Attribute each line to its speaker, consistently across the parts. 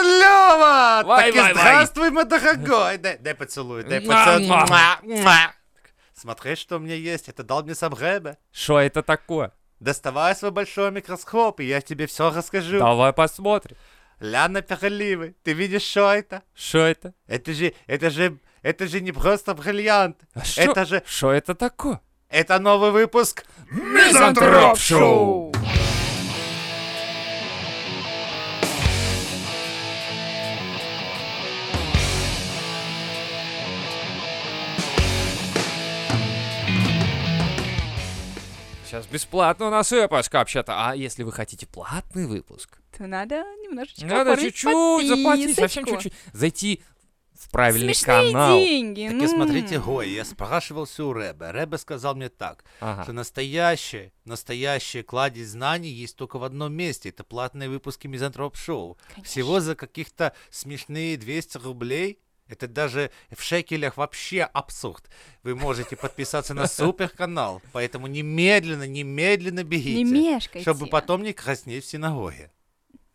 Speaker 1: Кузельова!
Speaker 2: Вай,
Speaker 1: Так и
Speaker 2: вай, вай.
Speaker 1: здравствуй, мы дорогой! Дай, дай поцелуй, дай поцелуй.
Speaker 2: Муа,
Speaker 1: Муа, муа. Смотри, что у меня есть, это дал мне сам Рэбе.
Speaker 2: Что это такое?
Speaker 1: Доставай свой большой микроскоп, и я тебе все расскажу.
Speaker 2: Давай посмотрим.
Speaker 1: Ляна переливы, ты видишь, что это?
Speaker 2: Что это?
Speaker 1: Это же, это же, это же не просто бриллиант.
Speaker 2: А шо-
Speaker 1: это же,
Speaker 2: Что это такое?
Speaker 1: это новый выпуск.
Speaker 2: Мизантроп Шоу! Сейчас бесплатно у нас выпуск вообще-то. А если вы хотите платный выпуск,
Speaker 3: то надо немножечко
Speaker 2: надо
Speaker 3: оформить
Speaker 2: чуть-чуть заплатить, совсем
Speaker 3: подписочку.
Speaker 2: чуть-чуть. Зайти в правильный
Speaker 3: Смешные
Speaker 2: канал.
Speaker 3: деньги.
Speaker 1: Так
Speaker 3: ну.
Speaker 1: и смотрите, Гой, я спрашивал всё у Рэбе. Рэбе сказал мне так,
Speaker 2: Ага.
Speaker 1: что настоящее, настоящее кладезь знаний есть только в одном месте. Это платные выпуски Мизантроп Шоу. Всего за каких-то смешные 200 рублей. Это даже в шекелях вообще абсурд. Вы можете подписаться на суперканал, поэтому немедленно, немедленно бегите.
Speaker 3: Не мешкайте.
Speaker 1: Чтобы потом не краснеть в синагоге.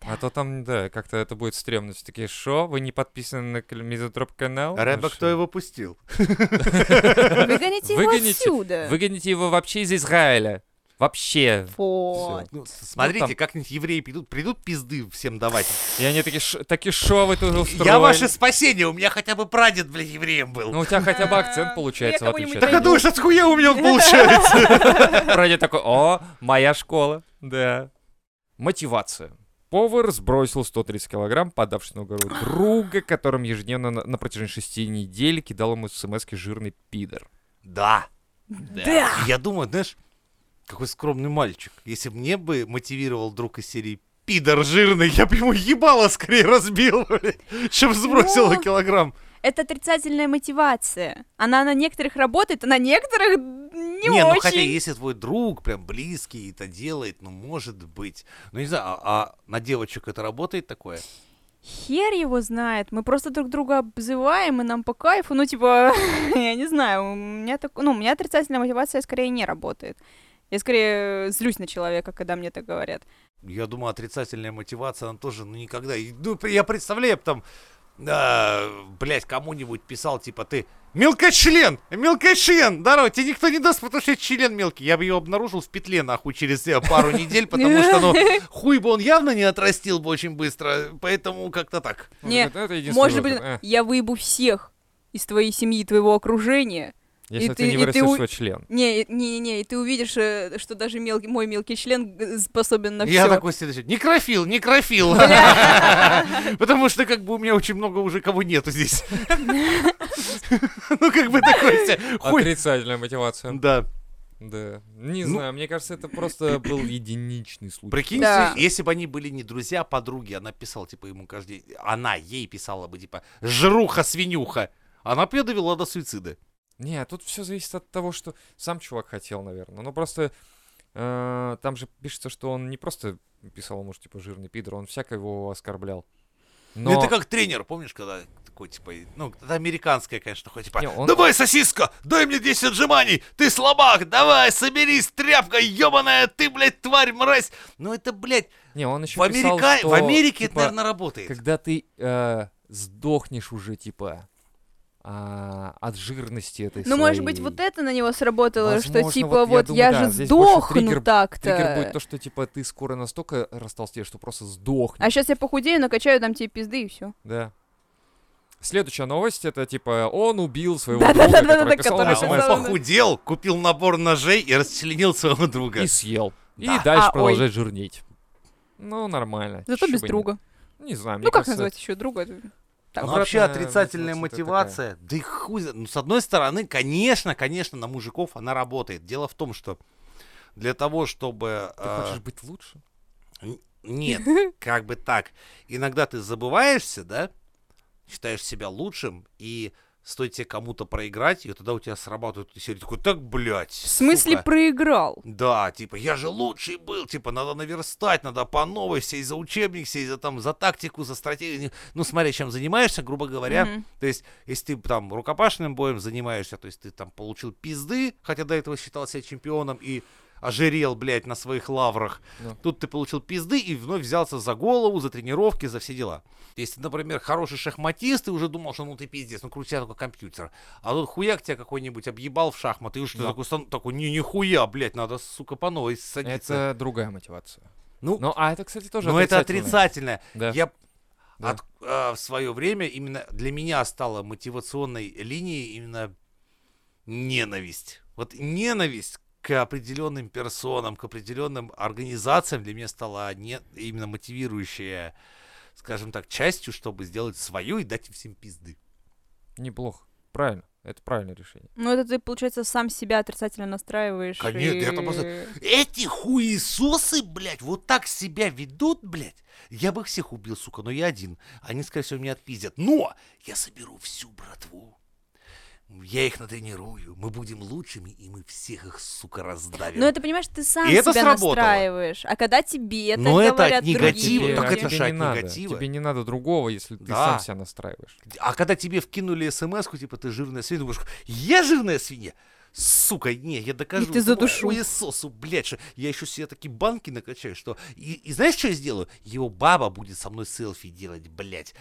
Speaker 2: А то там, да, как-то это будет стрёмно. Все такие, шо, вы не подписаны на Мизотроп канал?
Speaker 1: Рэба,
Speaker 2: Ну
Speaker 1: кто
Speaker 2: шо?
Speaker 1: его пустил?
Speaker 3: Выгоните его
Speaker 2: Выгоните.
Speaker 1: э,
Speaker 3: отсюда.
Speaker 2: Выгоните его вообще из Израиля. Вообще.
Speaker 3: Вот.
Speaker 1: Ну, с- смотрите,
Speaker 2: там-
Speaker 1: как-нибудь евреи придут, придут пизды всем давать.
Speaker 2: И они такие, «Ш- таки шо вы тоже устроили?
Speaker 1: Я ваше спасение, у меня хотя бы прадед, бля, евреем был.
Speaker 2: Ну, у тебя хотя бы акцент
Speaker 3: А,
Speaker 2: получается, в
Speaker 3: я
Speaker 2: отличие
Speaker 3: кого-нибудь
Speaker 2: от
Speaker 1: так а
Speaker 2: него.
Speaker 1: думаешь, от хуя у меня он получается?
Speaker 2: Вроде такой, о, моя школа. Да. Мотивация. Повар сбросил 130 килограмм, подавшись на уговоры друга, которым ежедневно на, на протяжении шести недель кидал ему смс жирный пидор.
Speaker 1: Да.
Speaker 3: Да.
Speaker 1: Я думаю, знаешь, какой скромный мальчик. Если бы мне бы мотивировал друг из серии «Пидор жирный», я бы ему ебало скорее разбил, блядь, чем сбросил на
Speaker 3: Ну.
Speaker 1: килограмм.
Speaker 3: Это отрицательная мотивация. Она на некоторых работает, а на некоторых не, очень.
Speaker 1: ну хотя если твой друг прям близкий это делает, ну может быть. Ну не знаю, а, а на девочек это работает такое?
Speaker 3: Хер его знает. Мы просто друг друга обзываем, и нам по кайфу. Ну, типа, я не знаю, у меня так... Ну, у меня отрицательная мотивация скорее не работает. Я скорее злюсь на человека, когда мне так говорят.
Speaker 1: Я думаю, отрицательная мотивация, она тоже, ну, никогда. И, Ну, при- я представляю, я б там, а, блядь, кому-нибудь писал, типа, ты мелкочлен, мелкочлен, здорово, тебе никто не даст, потому что я член мелкий. Я бы ее обнаружил в петле, нахуй, через э, пару недель, потому что, ну, хуй бы он явно не отрастил бы очень быстро, поэтому как-то так.
Speaker 2: Он
Speaker 3: Не,
Speaker 2: говорит, «Ну, это единственный
Speaker 3: Может быть,
Speaker 2: выход». Э,
Speaker 3: я выебу всех из твоей семьи, твоего окружения.
Speaker 2: если
Speaker 3: и
Speaker 2: ты
Speaker 3: ты-
Speaker 2: не
Speaker 3: и
Speaker 2: вырастешь
Speaker 3: ты у-
Speaker 2: свой член.
Speaker 3: Не, не, не, и ты увидишь, э, что даже мелкий, мой мелкий член г- э, способен на
Speaker 1: я
Speaker 3: все.
Speaker 1: такой следующий, некрофил, некрофил. Потому что, как бы, у меня очень много уже кого нету здесь. Ну, как бы такой вся хуй.
Speaker 2: Отрицательная мотивация.
Speaker 1: Да.
Speaker 2: Да. Не
Speaker 1: Ну-
Speaker 2: знаю, мне кажется, это просто был единичный случай.
Speaker 1: Прикинь,
Speaker 3: Да.
Speaker 1: если- если бы они были не друзья, а подруги, она писала, типа, ему каждый день, она ей писала бы, типа, жруха-свинюха. Она бы её довела до суицида.
Speaker 2: Не, тут все зависит от того, что сам чувак хотел, наверное. Ну просто э, там же пишется, что он не просто писал ему, что типа жирный пидор, он всяко его оскорблял.
Speaker 1: Ну,
Speaker 2: Но...
Speaker 1: это как тренер, помнишь, когда такой, типа, ну, это американская, конечно, такой, типа,
Speaker 2: Не, он-
Speaker 1: давай, сосиска, дай мне 10 отжиманий, ты слабак, давай, соберись, тряпка, ебаная, ты, блядь, тварь, мразь. Ну, это, блядь,
Speaker 2: Не, он еще
Speaker 1: в, Америка- в Америке это, наверное, работает.
Speaker 2: типа, Когда ты э, сдохнешь уже, типа, а, от жирности этой
Speaker 3: Ну, может быть, вот
Speaker 2: своей.
Speaker 3: это на него сработало,
Speaker 2: Возможно,
Speaker 3: что
Speaker 2: вот я
Speaker 3: типа вот,
Speaker 2: думаю,
Speaker 3: я
Speaker 2: да,
Speaker 3: же
Speaker 2: здесь больше триггер-
Speaker 3: сдохну так-то.
Speaker 2: Триггер будет то, что, типа, ты скоро настолько растолстеешь, что просто сдохнешь.
Speaker 3: А сейчас я похудею, накачаю там тебе пизды и все.
Speaker 2: Да. Следующая новость, это типа, он убил своего друга,
Speaker 3: Да-да-да-да-да,
Speaker 2: который писал
Speaker 3: который
Speaker 2: ему
Speaker 1: А, он
Speaker 3: писал.
Speaker 2: смс
Speaker 3: Самое-
Speaker 1: похудел, купил набор ножей и расчленил своего друга.
Speaker 2: и съел. И
Speaker 1: Да.
Speaker 2: дальше
Speaker 3: А,
Speaker 2: продолжает жирнеть. Ну, нормально.
Speaker 3: Зато
Speaker 2: чё
Speaker 3: без
Speaker 2: бы нет.
Speaker 3: друга.
Speaker 2: Не знаю, мне
Speaker 3: Ну, как
Speaker 2: кажется,
Speaker 3: назвать еще друга?
Speaker 1: Ну,
Speaker 2: Обратная
Speaker 1: вообще отрицательная мотивация,
Speaker 2: мотивация
Speaker 1: да и хуй, зна- ну, с одной стороны, конечно, конечно, на мужиков она работает. Дело в том, что для того, чтобы...
Speaker 2: Ты
Speaker 1: э,
Speaker 2: хочешь быть лучше?
Speaker 1: н- Нет, как бы так. Иногда ты забываешься, да, считаешь себя лучшим, и стоит тебе кому-то проиграть, и тогда у тебя срабатывает серия такой, так, блядь,
Speaker 3: В смысле проиграл?
Speaker 1: да, типа, я же лучший был, типа, надо наверстать, надо по новой, все и за учебник, все и за там, за тактику, за стратегию. Ну, смотря чем занимаешься, грубо говоря,
Speaker 3: Мгм.
Speaker 1: то есть, если ты там рукопашным боем занимаешься, то есть ты там получил пизды, хотя до этого считал себя чемпионом, и ожирел, блядь, на своих лаврах.
Speaker 2: Ну.
Speaker 1: Тут ты получил пизды и вновь взялся за голову, за тренировки, за все дела. Если, ты, например, хороший шахматист, ты уже думал, что ну ты пиздец, ну крутя только компьютер. А тут хуяк тебя какой-нибудь объебал в шахматы, и уж ты
Speaker 2: Да.
Speaker 1: такой, стан- такой, не, нихуя, блядь, надо, сука, по новой садиться.
Speaker 2: Это другая мотивация.
Speaker 1: Ну,
Speaker 2: Ну, а это, кстати, тоже
Speaker 1: но это
Speaker 2: отрицательно.
Speaker 1: отрицательное.
Speaker 2: Да.
Speaker 1: Я
Speaker 2: Да.
Speaker 1: от- а, в свое время именно для меня стала мотивационной линией именно ненависть. Вот ненависть к определенным персонам, к определенным организациям для меня стала не, именно мотивирующая, скажем так, частью, чтобы сделать свою и дать им всем пизды.
Speaker 2: Неплохо. Правильно. Это правильное решение.
Speaker 3: Ну, это ты, получается, сам себя отрицательно настраиваешь.
Speaker 1: Конечно, я там просто-
Speaker 3: и-
Speaker 1: Эти хуесосы, блядь, вот так себя ведут, блядь. Я бы их всех убил, сука, но я один. Они, скорее всего, меня отпиздят. Но я соберу всю братву. Я их натренирую. Мы будем лучшими, и мы всех их, сука, раздавим.
Speaker 3: Ну, это, понимаешь, ты сам
Speaker 1: И это
Speaker 3: себя
Speaker 1: сработало.
Speaker 3: настраиваешь. А когда тебе это
Speaker 1: Но это от
Speaker 3: говорят
Speaker 1: негатива,
Speaker 3: другие
Speaker 2: Тебе-
Speaker 1: так
Speaker 3: люди,
Speaker 1: это
Speaker 2: тебе
Speaker 1: же
Speaker 2: не
Speaker 1: от
Speaker 2: надо.
Speaker 1: негатива.
Speaker 2: Тебе не надо другого, если ты
Speaker 1: Да.
Speaker 2: сам себя настраиваешь.
Speaker 1: А когда тебе вкинули смс типа, ты жирная свинья, думаешь, я жирная свинья? Сука, не, я докажу
Speaker 3: ты
Speaker 1: этому
Speaker 3: задушу.
Speaker 1: хуесосу, блядь, что я еще себе такие банки накачаю, что... И, и знаешь, что я сделаю? Его баба будет со мной селфи делать, блядь.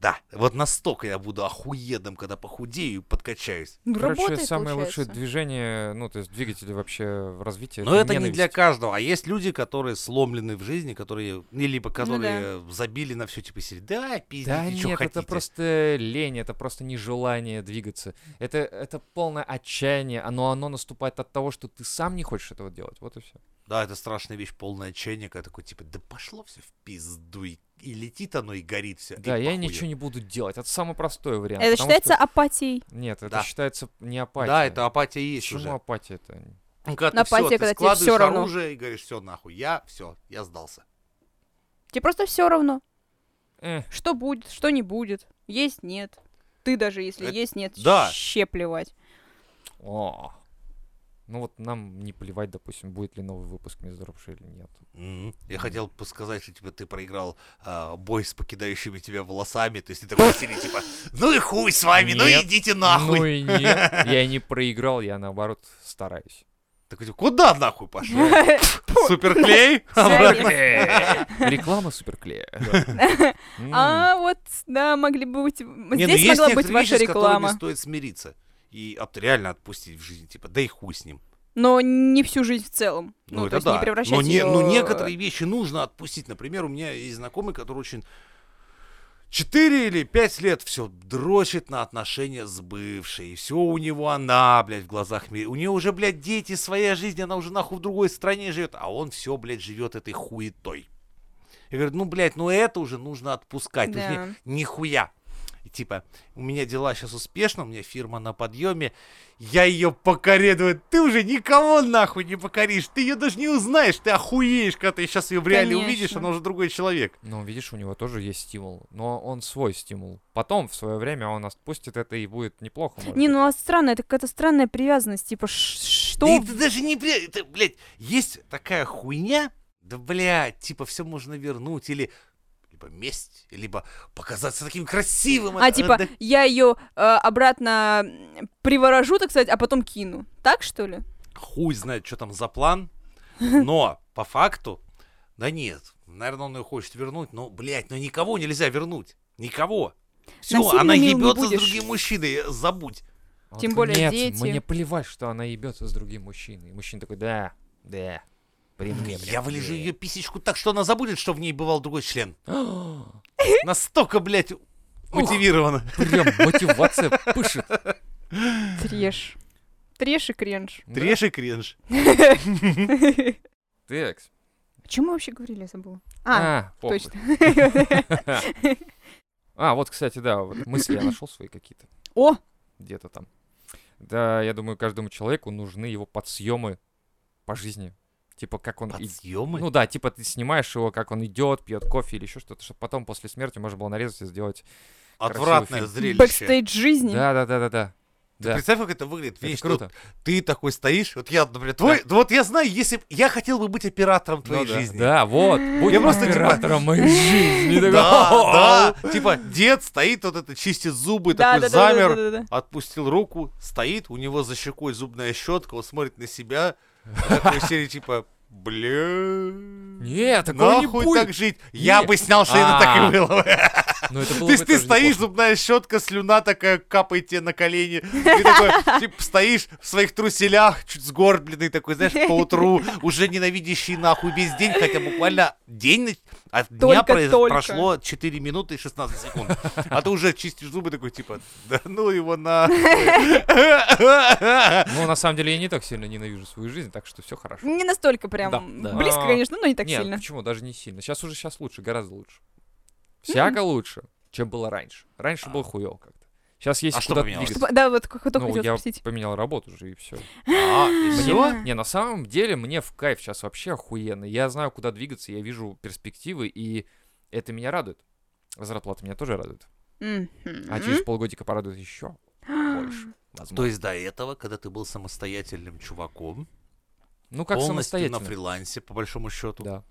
Speaker 1: Да, вот настолько я буду охуенным, когда похудею и подкачаюсь.
Speaker 3: Ну,
Speaker 2: Короче,
Speaker 3: работает,
Speaker 2: самое лучшее
Speaker 3: получается.
Speaker 2: движение, ну, то есть двигатели вообще в развитии.
Speaker 1: Но это не
Speaker 2: ненависть.
Speaker 1: для каждого, а есть люди, которые сломлены в жизни, которые, ну, либо которые забили на все, типа, сели, да, пиздите,
Speaker 2: Да
Speaker 1: что
Speaker 2: нет,
Speaker 1: хотите.
Speaker 2: это просто лень, это просто нежелание двигаться. Это, это полное отчаяние, но оно наступает от того, что ты сам не хочешь этого делать. Вот и все.
Speaker 1: Да, это страшная вещь, полное отчаяние, когда такой, типа, да пошло все в пизду, и, и летит оно, и горит все.
Speaker 2: Да, я ничего не буду делать. Это самый простой вариант.
Speaker 3: Это
Speaker 2: потому
Speaker 3: считается
Speaker 2: что-
Speaker 3: апатией.
Speaker 2: Нет, это
Speaker 1: Да.
Speaker 2: считается не апатия.
Speaker 1: Да, это апатия есть
Speaker 2: Почему
Speaker 1: уже.
Speaker 2: апатия это?
Speaker 1: Ну, Когда
Speaker 3: На
Speaker 1: ты, всё,
Speaker 3: апатия,
Speaker 1: ты
Speaker 3: когда тебе
Speaker 1: складываешь
Speaker 3: всё равно.
Speaker 1: оружие и говоришь, все, нахуй, я, все, я сдался.
Speaker 3: Тебе просто все равно,
Speaker 2: Э,
Speaker 3: что будет, что не будет. Есть, нет. Ты даже, если
Speaker 1: Это-
Speaker 3: есть, нет,
Speaker 1: Э, да.
Speaker 3: ще плевать.
Speaker 2: о. Ну вот нам не плевать, допустим, будет ли новый выпуск Миздрапши или нет.
Speaker 1: Мгм. Я хотел бы сказать, что типа, ты проиграл а, бой с покидающими тебя волосами, то есть ты такой сидишь, типа, ну и хуй с вами, ну
Speaker 2: Нет.
Speaker 1: идите нахуй.
Speaker 2: Ну и нет, я не проиграл, я наоборот стараюсь.
Speaker 1: Такой, типа, куда нахуй пошел? Суперклей? Э, Обратно.
Speaker 2: Реклама суперклея. М.
Speaker 3: А вот, да, могли бы быть...
Speaker 1: Не, ну
Speaker 3: Здесь
Speaker 1: есть
Speaker 3: могла быть
Speaker 1: некоторые
Speaker 3: ваша
Speaker 1: вещи, с которыми
Speaker 3: реклама.
Speaker 1: стоит смириться. И от- реально отпустить в жизни, типа, да и хуй с ним.
Speaker 3: Но не всю жизнь в целом. Ну, то есть не превращать
Speaker 1: но, не-
Speaker 3: её-
Speaker 1: но некоторые вещи нужно отпустить. Например, у меня есть знакомый, который очень 4 или 5 лет все дрочит на отношения с бывшей. И все у него она, блядь, в глазах мира. У нее уже, блядь, дети, своя жизнь, она уже нахуй в другой стране живет. А он все, блядь, живет этой хуетой. Я говорю, ну, блядь, ну это уже нужно отпускать. То есть
Speaker 3: Да.
Speaker 1: не- нихуя. И типа, у меня дела сейчас успешно, у меня фирма на подъеме, я ее покорю. Думаю, ты уже никого нахуй не покоришь, ты ее даже не узнаешь, ты охуеешь, когда ты сейчас ее в реале
Speaker 3: Конечно.
Speaker 1: увидишь, она уже другой человек.
Speaker 2: Ну, видишь, у него тоже есть стимул, но он свой стимул. Потом, в свое время, он отпустит это и будет неплохо. может
Speaker 3: Не,
Speaker 2: быть.
Speaker 3: ну а странно, это какая-то странная привязанность. Типа, ш- что...
Speaker 1: Да и ты даже не, бля- это, блядь, есть такая хуйня, да, блядь, типа, все можно вернуть, или либо месть, либо показаться таким красивым.
Speaker 3: А
Speaker 1: Это-
Speaker 3: типа,
Speaker 1: да-
Speaker 3: я ее обратно м, приворожу, так сказать, а потом кину. Так что ли?
Speaker 1: хуй знает, что там за план, но по факту, да нет, наверное, он ее хочет вернуть, но, блядь, ну никого нельзя вернуть, никого. Все,
Speaker 3: Насильно
Speaker 1: она
Speaker 3: мил не
Speaker 1: ебется с
Speaker 3: будешь.
Speaker 1: другим мужчиной, забудь.
Speaker 2: А он
Speaker 3: тем
Speaker 2: такой,
Speaker 3: более
Speaker 2: Нет,
Speaker 3: дети».
Speaker 2: мне плевать, что она ебется с другим мужчиной. И мужчина такой, да, да, при мне,
Speaker 1: Я
Speaker 2: блядь,
Speaker 1: вылежу
Speaker 2: да».
Speaker 1: ее писечку так, что она забудет, что в ней бывал другой член. Настолько, блядь, мотивирована.
Speaker 2: Прям мотивация пышет.
Speaker 3: Треш. Треш и кренж.
Speaker 2: Да.
Speaker 1: Трешь и кринж.
Speaker 2: Так.
Speaker 3: О чем мы вообще говорили, я забыла. А,
Speaker 2: А, похуй.
Speaker 3: точно.
Speaker 2: А, вот, кстати, да, вот мысли я нашел свои какие-то.
Speaker 3: О,
Speaker 2: где-то там. Да, я думаю, каждому человеку нужны его подсъемы по жизни. Типа, как он... и-
Speaker 1: Подъемы.
Speaker 2: Ну да, типа ты снимаешь его, как он идет, пьет кофе или еще что-то, чтобы потом после смерти можно было нарезать и сделать.
Speaker 1: Отвратное
Speaker 2: красивый
Speaker 1: зрелище.
Speaker 3: бэкстейдж жизни.
Speaker 2: Да, да, да, да, да.
Speaker 1: Ты
Speaker 2: Да,
Speaker 1: представь, как это выглядит.
Speaker 2: это
Speaker 1: Видишь,
Speaker 2: круто.
Speaker 1: ты такой стоишь, вот я, например, твой, вот я знаю, если б- я хотел бы быть оператором твоей
Speaker 2: Ну да,
Speaker 1: жизни.
Speaker 2: Да, вот. Будь
Speaker 1: просто, типа,
Speaker 2: оператором моей жизни. И такой,
Speaker 1: Да, да. Типа дед стоит, вот это чистит зубы, такой замер,
Speaker 3: да, да, да.
Speaker 1: отпустил руку, стоит, у него за щекой зубная щетка, он смотрит на себя, А такой серии типа, бля...
Speaker 2: Нет, такого не
Speaker 1: Нахуй
Speaker 2: будет.
Speaker 1: так жить? Я
Speaker 2: Не.
Speaker 1: бы снял Шейна, так и было бы.
Speaker 2: Но это было
Speaker 1: То
Speaker 2: бы
Speaker 1: есть ты
Speaker 2: тоже
Speaker 1: стоишь,
Speaker 2: неплохо.
Speaker 1: зубная щетка, слюна такая капает тебе на колени. Ты такой, типа, стоишь в своих труселях, чуть сгорбленный такой, знаешь, поутру, уже ненавидящий нахуй весь день, хотя буквально день нач- от дня
Speaker 3: Только,
Speaker 1: произ-
Speaker 3: только.
Speaker 1: прошло 4 минуты и 16 секунд. А ты уже чистишь зубы такой, типа, да ну его на...
Speaker 2: Ну, на самом деле, я не так сильно ненавижу свою жизнь, так что все хорошо.
Speaker 3: Не настолько прям
Speaker 2: Да, да.
Speaker 3: близко,
Speaker 2: А,
Speaker 3: конечно, но не так
Speaker 2: Нет,
Speaker 3: сильно.
Speaker 2: почему? Даже не сильно. Сейчас уже сейчас лучше, гораздо лучше. Всяко лучше, чем было раньше. Раньше было хуёво как-то. Сейчас есть
Speaker 1: А что
Speaker 2: куда
Speaker 1: поменялось?
Speaker 2: двигаться.
Speaker 3: Чтобы- Типа, да, вот как- только
Speaker 2: Ну,
Speaker 3: хотел
Speaker 2: я
Speaker 3: спросить.
Speaker 2: поменял работу уже, и все.
Speaker 1: А, и
Speaker 2: Мне-
Speaker 1: всё?
Speaker 2: Не, на самом деле мне в кайф сейчас вообще охуенно. Я знаю, куда двигаться, я вижу перспективы, и это меня радует. Зарплата меня тоже радует.
Speaker 3: Мгм. А.
Speaker 2: А через полгодика порадует еще больше.
Speaker 1: То
Speaker 2: Возможно.
Speaker 1: есть до этого, когда ты был самостоятельным чуваком,
Speaker 2: Ну, как
Speaker 1: полностью на
Speaker 2: самостоятельно.
Speaker 1: фрилансе, по большому счету,
Speaker 2: Да.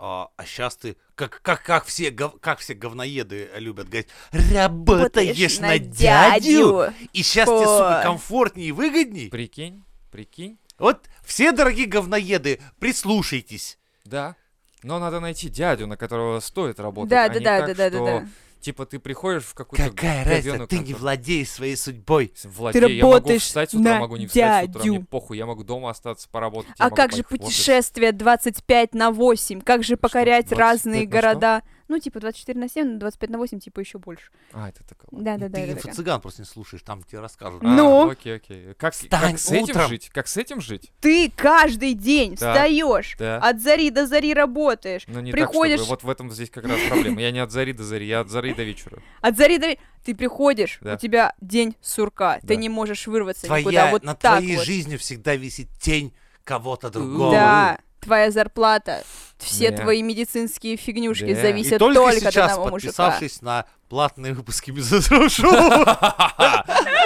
Speaker 1: А, сейчас ты, как, как, как, все, гов- как все говноеды любят говорить, работаешь на дядю, и сейчас тебе, сука,
Speaker 3: Ой.
Speaker 1: комфортнее и выгодней.
Speaker 2: Прикинь, прикинь.
Speaker 1: Вот все, дорогие говноеды, прислушайтесь.
Speaker 2: Да. Но надо найти дядю, на которого стоит работать.
Speaker 3: Да,
Speaker 2: а
Speaker 3: да,
Speaker 2: не
Speaker 3: да,
Speaker 2: так,
Speaker 3: да, да, да,
Speaker 2: что,
Speaker 3: да.
Speaker 2: Типа ты приходишь в какую-то
Speaker 1: Какая разница, ты не владеешь своей судьбой.
Speaker 2: Владей,
Speaker 3: Ты
Speaker 2: я могу
Speaker 3: работаешь
Speaker 2: встать с утра,
Speaker 3: на
Speaker 2: могу не встать с утра, мне
Speaker 3: дядю.
Speaker 2: похуй, я могу дома остаться поработать. я
Speaker 3: А
Speaker 2: могу
Speaker 3: как же
Speaker 2: поехать в офис.
Speaker 3: путешествие 25 на 8? Как же покорять
Speaker 2: 25
Speaker 3: разные
Speaker 2: на что?
Speaker 3: города? Ну, типа 24 на 7, 25 на 8, типа еще больше.
Speaker 2: А, это такое.
Speaker 3: Да, да,
Speaker 1: Ну,
Speaker 3: да.
Speaker 1: ты
Speaker 3: да, да.
Speaker 1: инфо-цыган просто не слушаешь, там тебе расскажут.
Speaker 3: А. Ну?
Speaker 2: окей, окей. Как, с-
Speaker 1: Встань
Speaker 2: как с этим
Speaker 1: утром.
Speaker 2: жить? Как с этим жить?
Speaker 3: Ты каждый день
Speaker 2: Да.
Speaker 3: встаешь,
Speaker 2: Да.
Speaker 3: от зари до зари работаешь,
Speaker 2: Но Ну, не
Speaker 3: приходишь,
Speaker 2: так, чтобы... Вот в этом здесь как раз проблема. Я не от зари до зари, я от зари до вечера.
Speaker 3: от зари до... ве- Ты приходишь,
Speaker 2: Да.
Speaker 3: у тебя день сурка,
Speaker 2: Да.
Speaker 3: ты не можешь вырваться никуда,
Speaker 1: Твоя,
Speaker 3: вот
Speaker 1: над
Speaker 3: так
Speaker 1: твоей
Speaker 3: вот.
Speaker 1: жизнью всегда висит тень кого-то другого.
Speaker 3: Да, твоя зарплата, все
Speaker 2: Да.
Speaker 3: твои медицинские фигнюшки
Speaker 2: Да.
Speaker 1: И
Speaker 3: зависят
Speaker 1: только,
Speaker 3: от
Speaker 1: сейчас,
Speaker 3: одного мужика.
Speaker 1: подписавшись на платные выпуски Мизантроп Шоу,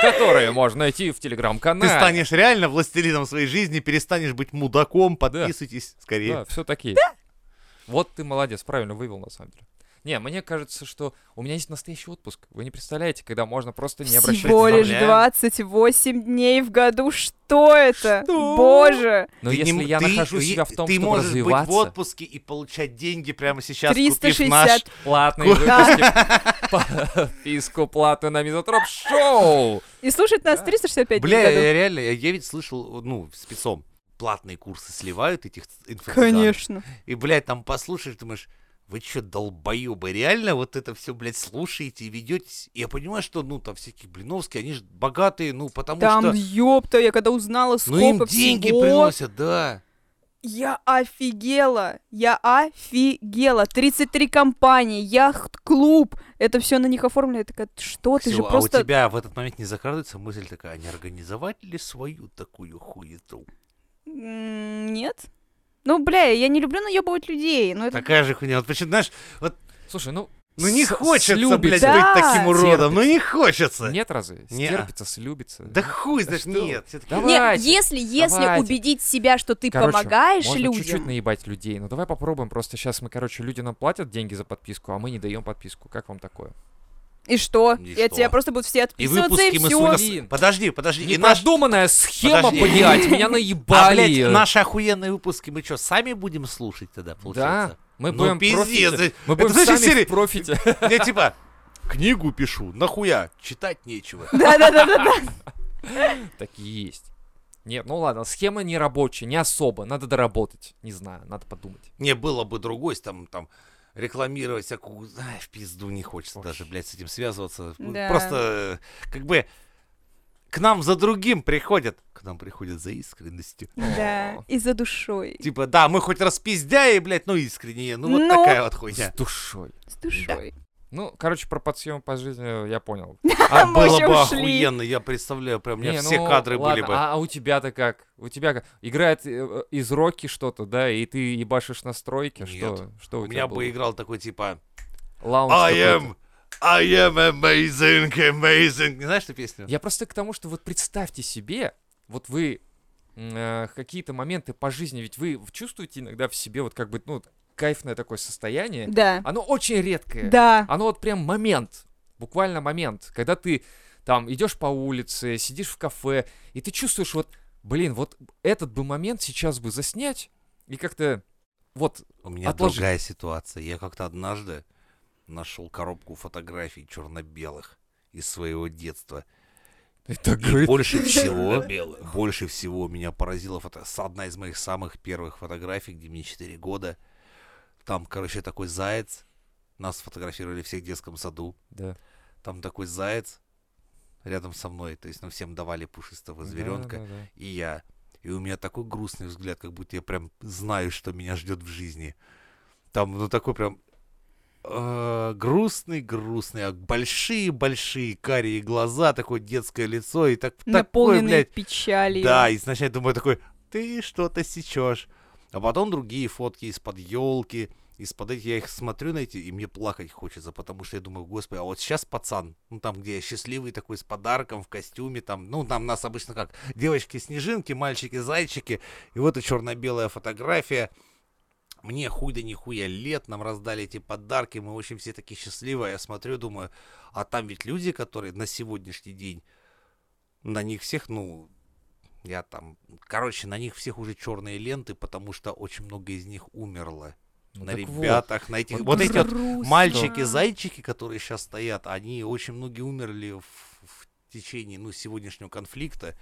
Speaker 2: Которые можно найти в
Speaker 1: Ты
Speaker 2: телеграм-канале.
Speaker 1: станешь реально властелином своей жизни, перестанешь быть мудаком, подписывайтесь скорее.
Speaker 2: Да, все такие. Вот ты молодец, правильно вывел на самом деле. Не, мне кажется, что у меня есть настоящий отпуск. Вы не представляете, когда можно просто не обращать
Speaker 3: Всего лишь
Speaker 1: внимания.
Speaker 3: 28 дней в году, что это?
Speaker 2: Что?
Speaker 3: Боже!
Speaker 2: Но
Speaker 1: Ты не
Speaker 2: если
Speaker 1: м-
Speaker 2: я
Speaker 1: ты-
Speaker 2: нахожу
Speaker 1: ты-
Speaker 2: себя в том,
Speaker 1: Ты
Speaker 2: чтобы
Speaker 1: можешь быть
Speaker 2: развиваться...
Speaker 1: в отпуске и получать деньги прямо сейчас, купив наш...
Speaker 3: 360
Speaker 2: Платные выпуски. Подписку платную на Мизотроп Шоу.
Speaker 3: И слушать нас 365
Speaker 1: Бля,
Speaker 3: дней в году.
Speaker 1: я реально, я- я ведь слышал, ну, спецом, платные курсы сливают этих инфо
Speaker 3: Конечно.
Speaker 1: И, блядь, там послушаешь, думаешь, вы чё, долбоёбы, реально вот это все, блядь, слушаете и ведетесь? Я понимаю, что, ну, там всякие Блиновские, они же богатые, ну, потому
Speaker 3: Там,
Speaker 1: что...
Speaker 3: ёпта, я когда узнала,
Speaker 1: Ну,
Speaker 3: сколько
Speaker 1: им деньги
Speaker 3: всего,
Speaker 1: приносят, да.
Speaker 3: Я офигела, я офигела. 33 компании, яхт-клуб. Это все на них оформлено. Я такая, что, ты же
Speaker 1: Всё,
Speaker 3: просто...
Speaker 1: А у тебя в этот момент не закрадывается мысль такая, а не организовать ли свою такую хуету?
Speaker 3: М, Нет. Ну, бля, я не люблю наебывать людей. Ну, это...
Speaker 1: Такая же хуйня. Вот почему, знаешь, вот
Speaker 2: Слушай, ну...
Speaker 1: ну не
Speaker 2: с-
Speaker 1: хочется, блядь,
Speaker 2: слюбится.
Speaker 3: Да.
Speaker 1: быть таким уродом. Ну не хочется.
Speaker 2: Нет разве?
Speaker 1: Неа.
Speaker 2: Стерпится, слюбится.
Speaker 3: ну
Speaker 2: Ну,
Speaker 1: Да хуй знает,
Speaker 2: что?
Speaker 1: нет. всё-таки-
Speaker 2: Давай.
Speaker 3: Нет,
Speaker 2: Давайте,
Speaker 3: если, если
Speaker 2: давайте.
Speaker 3: убедить себя, что ты
Speaker 2: Короче,
Speaker 3: помогаешь
Speaker 2: можно
Speaker 3: людям...
Speaker 2: чуть-чуть наебать людей. Ну давай попробуем. Просто сейчас мы, короче, люди нам платят деньги за подписку, а мы не даем подписку. Как вам такое?
Speaker 3: И что?
Speaker 1: И
Speaker 3: И,
Speaker 1: что?
Speaker 3: от тебя просто будут все
Speaker 1: И
Speaker 3: отписываться, и,
Speaker 1: выпуски мы
Speaker 3: все.
Speaker 1: сука,
Speaker 2: Блин.
Speaker 1: с- Подожди, подожди. И наш...
Speaker 2: Непродуманная схема,
Speaker 1: Подожди.
Speaker 2: блядь, меня
Speaker 1: А,
Speaker 2: наебали.
Speaker 1: блядь, наши охуенные выпуски мы что, сами будем слушать тогда,
Speaker 2: Да,
Speaker 1: получается?
Speaker 2: мы
Speaker 1: Ну,
Speaker 2: будем в
Speaker 1: пиздец,
Speaker 2: профите.
Speaker 1: это-
Speaker 2: Мы
Speaker 1: это
Speaker 2: будем
Speaker 1: знаешь, из
Speaker 2: сами
Speaker 1: серии-
Speaker 2: в профите.
Speaker 1: Я типа книгу пишу, нахуя, читать нечего.
Speaker 3: Да-да-да-да.
Speaker 2: Так и есть. Нет, ну ладно, схема не рабочая, не особо, надо доработать, не знаю, надо подумать.
Speaker 1: Не, было бы другой, с там, там, рекламировать всякую... Ай, в пизду не хочется даже, блядь, с этим связываться. Ну,
Speaker 3: Да.
Speaker 1: Просто, э, как бы, к нам за другим приходят. К нам приходят за искренностью.
Speaker 3: Да, и за душой.
Speaker 1: Типа, да, мы хоть распиздяи, блядь, но искренние. Ну, вот
Speaker 3: Ну.
Speaker 1: такая вот хуйня.
Speaker 2: С душой.
Speaker 3: С душой.
Speaker 2: Ну, короче, про подсъем по жизни я понял.
Speaker 1: А
Speaker 3: Мы
Speaker 1: было
Speaker 3: ещё
Speaker 1: бы
Speaker 3: ушли.
Speaker 1: охуенно, я представляю, прям, у меня
Speaker 2: Не,
Speaker 1: все
Speaker 2: ну,
Speaker 1: кадры были
Speaker 2: ладно,
Speaker 1: бы.
Speaker 2: А, а у тебя-то как? У тебя как? Играет э, э, из роки что-то, да, и ты ебашишь на стройке? Что,
Speaker 1: Нет.
Speaker 2: что у,
Speaker 1: У
Speaker 2: тебя
Speaker 1: меня
Speaker 2: было?
Speaker 1: бы играл такой, типа,
Speaker 2: Лаунж
Speaker 1: I
Speaker 2: какой-то.
Speaker 1: am, I am amazing, amazing. Не знаешь эту песню?
Speaker 2: Я просто к тому, что вот представьте себе, вот вы м, э, какие-то моменты по жизни, ведь вы чувствуете иногда в себе вот как бы, ну, кайфное такое состояние.
Speaker 3: Да.
Speaker 2: Оно очень редкое.
Speaker 3: Да.
Speaker 2: Оно вот прям момент, буквально момент, когда ты там идешь по улице, сидишь в кафе, и ты чувствуешь вот блин, вот этот бы момент сейчас бы заснять и как-то вот
Speaker 1: У меня
Speaker 2: Отложи.
Speaker 1: другая ситуация. Я как-то однажды нашел коробку фотографий черно-белых из своего детства.
Speaker 2: и так
Speaker 1: И
Speaker 2: говорит,
Speaker 1: больше всего, больше всего меня поразила фото... с- одна из моих самых первых фотографий, где мне 4 года. Там, короче, такой заяц. Нас сфотографировали все в детском саду.
Speaker 2: да,
Speaker 1: Там такой заяц рядом со мной. То есть нам всем давали пушистого зверенка.
Speaker 2: да, да, да.
Speaker 1: и я. И у меня такой грустный взгляд, как будто я прям знаю, что меня ждет в жизни. Там, ну, такой прям э, грустный, грустный, а большие-большие карие глаза, такое детское лицо, и так, такое,
Speaker 3: Наполненный
Speaker 1: блядь,
Speaker 3: печалью.
Speaker 1: да, и сначала я думаю такой, ты что-то сечешь. А потом другие фотки из-под елки, из-под этих, я их смотрю на эти, и мне плакать хочется, потому что я думаю, господи, а вот сейчас пацан, ну там, где я счастливый такой, с подарком, в костюме, там, ну там нас обычно как, девочки-снежинки, мальчики-зайчики, и вот и черно-белая фотография, мне хуй да нихуя лет, нам раздали эти подарки, мы, в общем, все такие счастливые. Я смотрю, думаю, а там ведь люди, которые на сегодняшний день, на них всех, ну, я там, короче, на них всех уже черные ленты, потому что очень много из них умерло.
Speaker 2: Ну,
Speaker 1: на
Speaker 2: так вот.
Speaker 1: ребятах, на этих,
Speaker 2: Вот
Speaker 1: вот эти вот
Speaker 3: Грустно.
Speaker 1: мальчики-зайчики, которые сейчас стоят, они очень многие умерли в, в течение ну, сегодняшнего конфликта.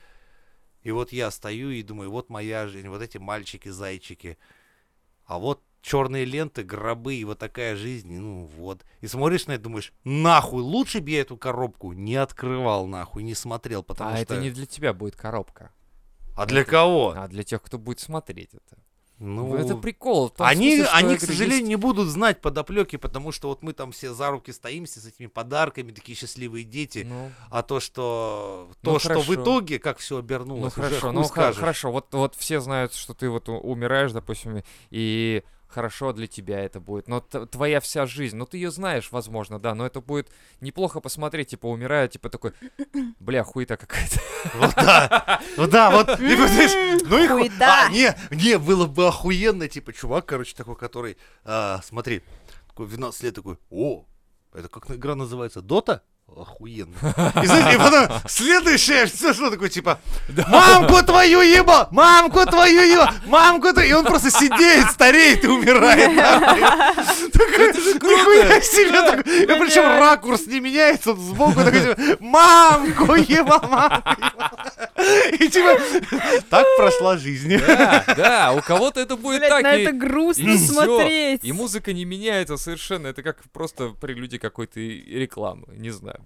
Speaker 1: И вот я стою и думаю, вот моя жизнь, вот эти мальчики-зайчики. А вот черные ленты, гробы и вот такая жизнь, ну вот. И смотришь на это, думаешь, нахуй, лучше бы я эту коробку не открывал, нахуй, не смотрел, потому
Speaker 2: А
Speaker 1: что...
Speaker 2: это не для тебя будет коробка,
Speaker 1: А для кого?
Speaker 2: а для тех, кто будет смотреть это.
Speaker 1: Ну,
Speaker 2: это прикол. в том
Speaker 1: Они,
Speaker 2: смысле, что
Speaker 1: они
Speaker 2: я
Speaker 1: к
Speaker 2: говорю,
Speaker 1: сожалению,
Speaker 2: есть-
Speaker 1: не будут знать подоплеки, потому что вот мы там все за руки стоимся с этими подарками, такие счастливые дети.
Speaker 2: Ну,
Speaker 1: А то, что то,
Speaker 2: Ну,
Speaker 1: что в
Speaker 2: хорошо.
Speaker 1: итоге, как все
Speaker 2: Ну,
Speaker 1: обернулось, уже
Speaker 2: хорошо,
Speaker 1: хуй
Speaker 2: ну хо-
Speaker 1: скажешь.
Speaker 2: хорошо, вот, вот все знают, что ты вот у- умираешь, допустим, и хорошо для тебя это будет, но т- твоя вся жизнь, ну ты ее знаешь, возможно, да, но это будет неплохо посмотреть, типа умираю, типа такой, бля, хуета какая-то.
Speaker 1: Вот да, вот да, вот. и вот здесь, Ну и ху-
Speaker 3: хуета.
Speaker 1: А, не, не, было бы охуенно, типа, чувак, короче, такой, который, а, смотри, такой 12 лет такой, о, это как игра называется, Дота? Охуенно. И, знаете, и потом следующее, все что такое, типа, мамку твою ебал, мамку твою ебал, мамку твою, и он просто сидеет, стареет и умирает. нахуй. Такой, Нихуя себе, такой. И
Speaker 3: Ну,
Speaker 1: причем
Speaker 3: реально.
Speaker 1: ракурс не меняется, он сбоку такой, типа, мамку ебал, мамку ебал. И типа, так прошла жизнь.
Speaker 2: Да, да, у кого-то это будет
Speaker 3: Блядь,
Speaker 2: так,
Speaker 3: на
Speaker 2: и-
Speaker 3: это грустно
Speaker 2: и всё.
Speaker 3: смотреть.
Speaker 2: и музыка не меняется совершенно, это как просто прелюдия какой-то и- рекламы, не знаю.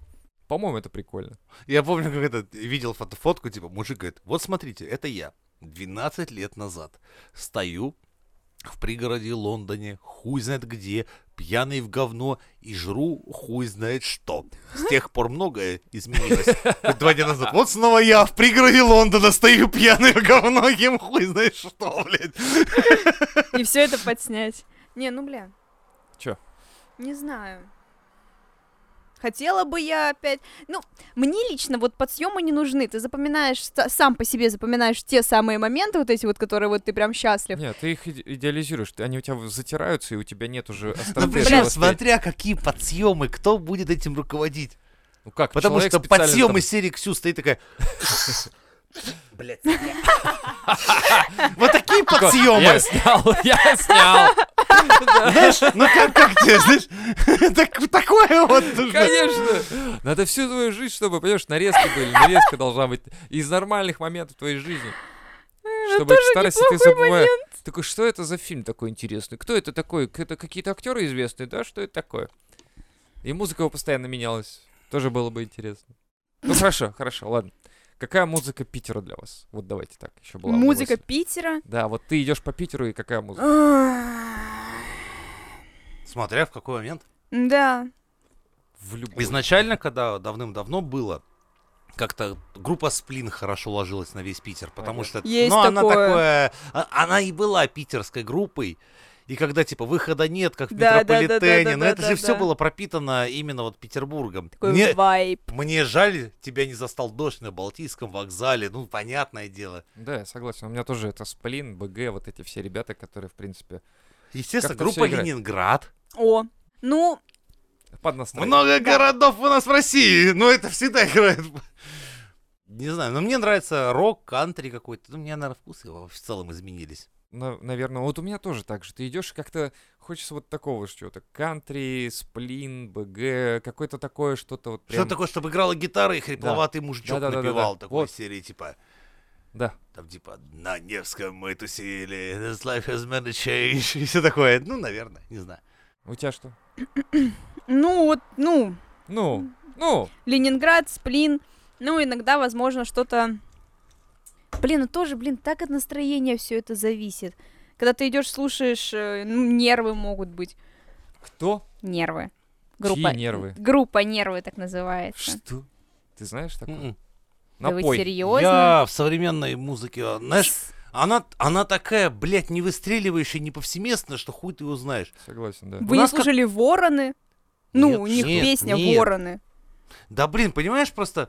Speaker 2: По-моему, это прикольно.
Speaker 1: Я помню, как этот видел фото- фотку, типа, мужик говорит, вот смотрите, это я. 12 лет назад стою в пригороде Лондоне, хуй знает где, пьяный в говно и жру хуй знает что. С тех пор многое изменилось. Говорит, Два дня назад. Вот снова я в пригороде Лондона стою пьяный в говно, ем хуй знает что, блядь.
Speaker 3: И все это подснять. Не, ну бля.
Speaker 2: Чё?
Speaker 3: Не знаю. Хотела бы я опять. Ну, мне лично вот подсъемы не нужны. Ты запоминаешь ста- сам по себе запоминаешь те самые моменты, вот эти вот, которые вот ты прям счастлив.
Speaker 2: Нет, ты их иде- идеализируешь, ты- они у тебя в- затираются, и у тебя нет уже остроты.
Speaker 1: Ну, причем,
Speaker 2: этого
Speaker 1: смотря какие подсъемы, кто будет этим руководить.
Speaker 2: Ну как,
Speaker 1: Потому
Speaker 2: человек
Speaker 1: что
Speaker 2: специально
Speaker 1: подсъемы
Speaker 2: там-
Speaker 1: серии Ксю стоит такая... Блядь. Вот такие
Speaker 2: Такой,
Speaker 1: подсъемы.
Speaker 2: Я снял, я снял.
Speaker 1: Знаешь, ну как, как тебе, знаешь, так- такое вот нужно.
Speaker 2: Конечно. Надо всю твою жизнь, чтобы, понимаешь, нарезки были. Нарезка должна быть из нормальных моментов твоей жизни. Чтобы к старости ты забываешь. Такой, что это за фильм такой интересный? Кто это такой? К- Это какие-то актеры известные, да? Что это такое? И музыка его постоянно менялась. Тоже было бы интересно. Ну хорошо, хорошо, ладно. Какая музыка Питера для вас? Вот давайте так, еще была. бы
Speaker 3: Музыка
Speaker 2: мысль.
Speaker 3: Питера.
Speaker 2: Да, вот ты идешь по Питеру, и какая музыка?
Speaker 1: Смотря в какой момент.
Speaker 3: Да.
Speaker 2: В любой.
Speaker 1: Изначально, когда давным-давно было, как-то группа Сплин хорошо ложилась на весь Питер, потому что...
Speaker 3: Есть
Speaker 1: ну, она
Speaker 3: такое.
Speaker 1: такое... а- Она и была питерской группой, и когда, типа, выхода нет, как в
Speaker 3: Да, да, да, да,
Speaker 1: метрополитене,
Speaker 3: да,
Speaker 1: но
Speaker 3: да,
Speaker 1: это же
Speaker 3: да,
Speaker 1: все
Speaker 3: да.
Speaker 1: было пропитано именно вот Петербургом.
Speaker 3: Такой
Speaker 1: Не-
Speaker 3: вайп.
Speaker 1: Мне жаль, тебя не застал дождь на Балтийском вокзале. Ну, понятное дело.
Speaker 2: Да, я согласен. У меня тоже это сплин, БГ, вот эти все ребята, которые, в принципе,
Speaker 1: Естественно,
Speaker 2: Как-то
Speaker 1: группа
Speaker 2: всё играет.
Speaker 1: Ленинград.
Speaker 3: О. Ну,
Speaker 2: под настроение.
Speaker 1: Много городов у нас в России, но это всегда играет. Не знаю, но мне нравится рок, кантри какой-то. Ну, мне, наверное, вкусы в в целом изменились.
Speaker 2: На- наверное, вот у меня тоже так же. Ты идешь и как-то хочется вот такого что-то. Кантри, сплин, БГ, какое-то такое что-то вот прям...
Speaker 1: Что такое, чтобы играла гитара и хрипловатый мужичок
Speaker 2: Да-да-да-да-да.
Speaker 1: напевал такой
Speaker 2: Вот.
Speaker 1: серии, типа...
Speaker 2: Да.
Speaker 1: Там типа на Невском мы тусили, this life has been a change, и все такое. Ну, наверное, не знаю.
Speaker 2: У тебя что?
Speaker 3: Ну, вот, ну,
Speaker 2: Ну, ну,
Speaker 3: Ленинград, Сплин, ну, иногда, возможно, что-то... Блин, ну тоже, блин, так от настроения все это зависит. Когда ты идешь, слушаешь, э, ну, нервы могут быть.
Speaker 2: кто?
Speaker 3: Нервы.
Speaker 2: Чьи
Speaker 3: Группа.
Speaker 2: нервы?
Speaker 3: Группа нервы так называется.
Speaker 2: Что? Ты знаешь такое?
Speaker 1: М-м.
Speaker 3: Да вы
Speaker 2: Напой.
Speaker 3: серьезно?
Speaker 1: Я в современной музыке, а, знаешь, она, она такая, блядь, не выстреливающая, не повсеместно, что хуй ты узнаешь.
Speaker 2: Согласен, да.
Speaker 3: Вы
Speaker 1: У
Speaker 3: не
Speaker 1: нас как-
Speaker 3: слушали Вороны? Ну,
Speaker 1: Нет,
Speaker 3: у них
Speaker 1: нет,
Speaker 3: песня
Speaker 1: нет.
Speaker 3: Вороны.
Speaker 1: Да блин, понимаешь, просто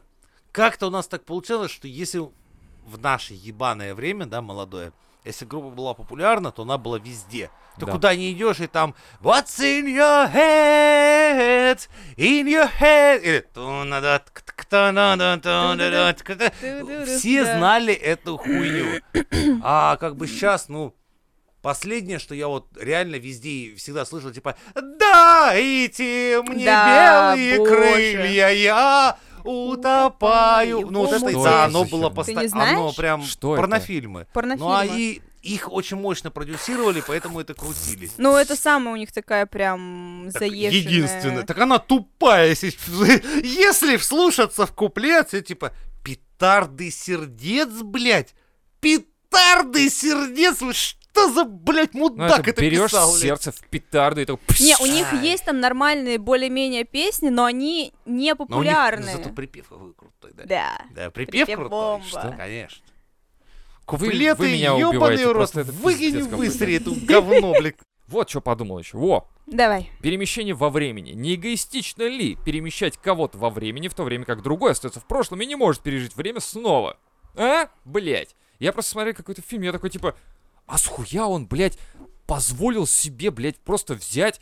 Speaker 1: как-то у нас так получилось, что если в наше ебаное время, да, молодое, если группа была популярна, то она была везде. Ты
Speaker 2: Да.
Speaker 1: куда не идешь, и там What's in your head? In your head. Или «Ту-на-да, тк-тк-та-на-да, ту-да-да, тк-та». Все
Speaker 3: Да.
Speaker 1: знали эту хуйню. А как бы сейчас, ну, последнее, что я вот реально везде и всегда слышал, типа, дайте мне
Speaker 3: Да,
Speaker 1: белые
Speaker 3: боже.
Speaker 1: крылья, я утопаю.
Speaker 3: Утопаю,
Speaker 1: Ну, вот это,
Speaker 3: боже.
Speaker 1: да, оно
Speaker 2: Что это за
Speaker 1: было
Speaker 2: херня?
Speaker 1: постоянно,
Speaker 3: Ты не
Speaker 1: оно
Speaker 3: знаешь?
Speaker 1: прям
Speaker 2: Что это?
Speaker 1: порнофильмы.
Speaker 3: Порнофильмы.
Speaker 1: Ну, а и их очень мощно продюсировали, поэтому это крутили.
Speaker 3: Ну, это самая у них такая прям
Speaker 1: Так,
Speaker 3: заезженная.
Speaker 1: единственное. Так она тупая. Если, если вслушаться в куплет, все типа петарды сердец, блядь. Петарды сердец. Вы что за, блядь,
Speaker 2: Ну,
Speaker 1: мудак
Speaker 2: это
Speaker 1: это
Speaker 2: берешь
Speaker 1: писал, блядь?
Speaker 2: сердце в петарду и так...
Speaker 3: Не, у них
Speaker 1: Ай.
Speaker 3: есть там нормальные более-менее песни, но они не
Speaker 1: Но Ну, у них
Speaker 3: популярные.
Speaker 1: зато припев какой крутой, да?
Speaker 3: Да.
Speaker 1: Да, припев,
Speaker 3: Припев
Speaker 1: крутой.
Speaker 3: бомба.
Speaker 1: Что? Конечно.
Speaker 2: Вы- вы
Speaker 1: Куплеты,
Speaker 2: меня
Speaker 1: ёбаный
Speaker 2: убиваете,
Speaker 1: рот,
Speaker 2: просто это
Speaker 1: Выкинь
Speaker 2: пиздец какой-то.
Speaker 1: высри эту говно, блядь.
Speaker 2: Вот что подумал еще. Во,
Speaker 3: Давай.
Speaker 2: перемещение во времени. Не эгоистично ли перемещать кого-то во времени, в то время как другой остается в прошлом и не может пережить время снова? А? Блять. Я просто смотрел какой-то фильм, я такой типа, а с хуя он, блядь, позволил себе, блядь, просто взять,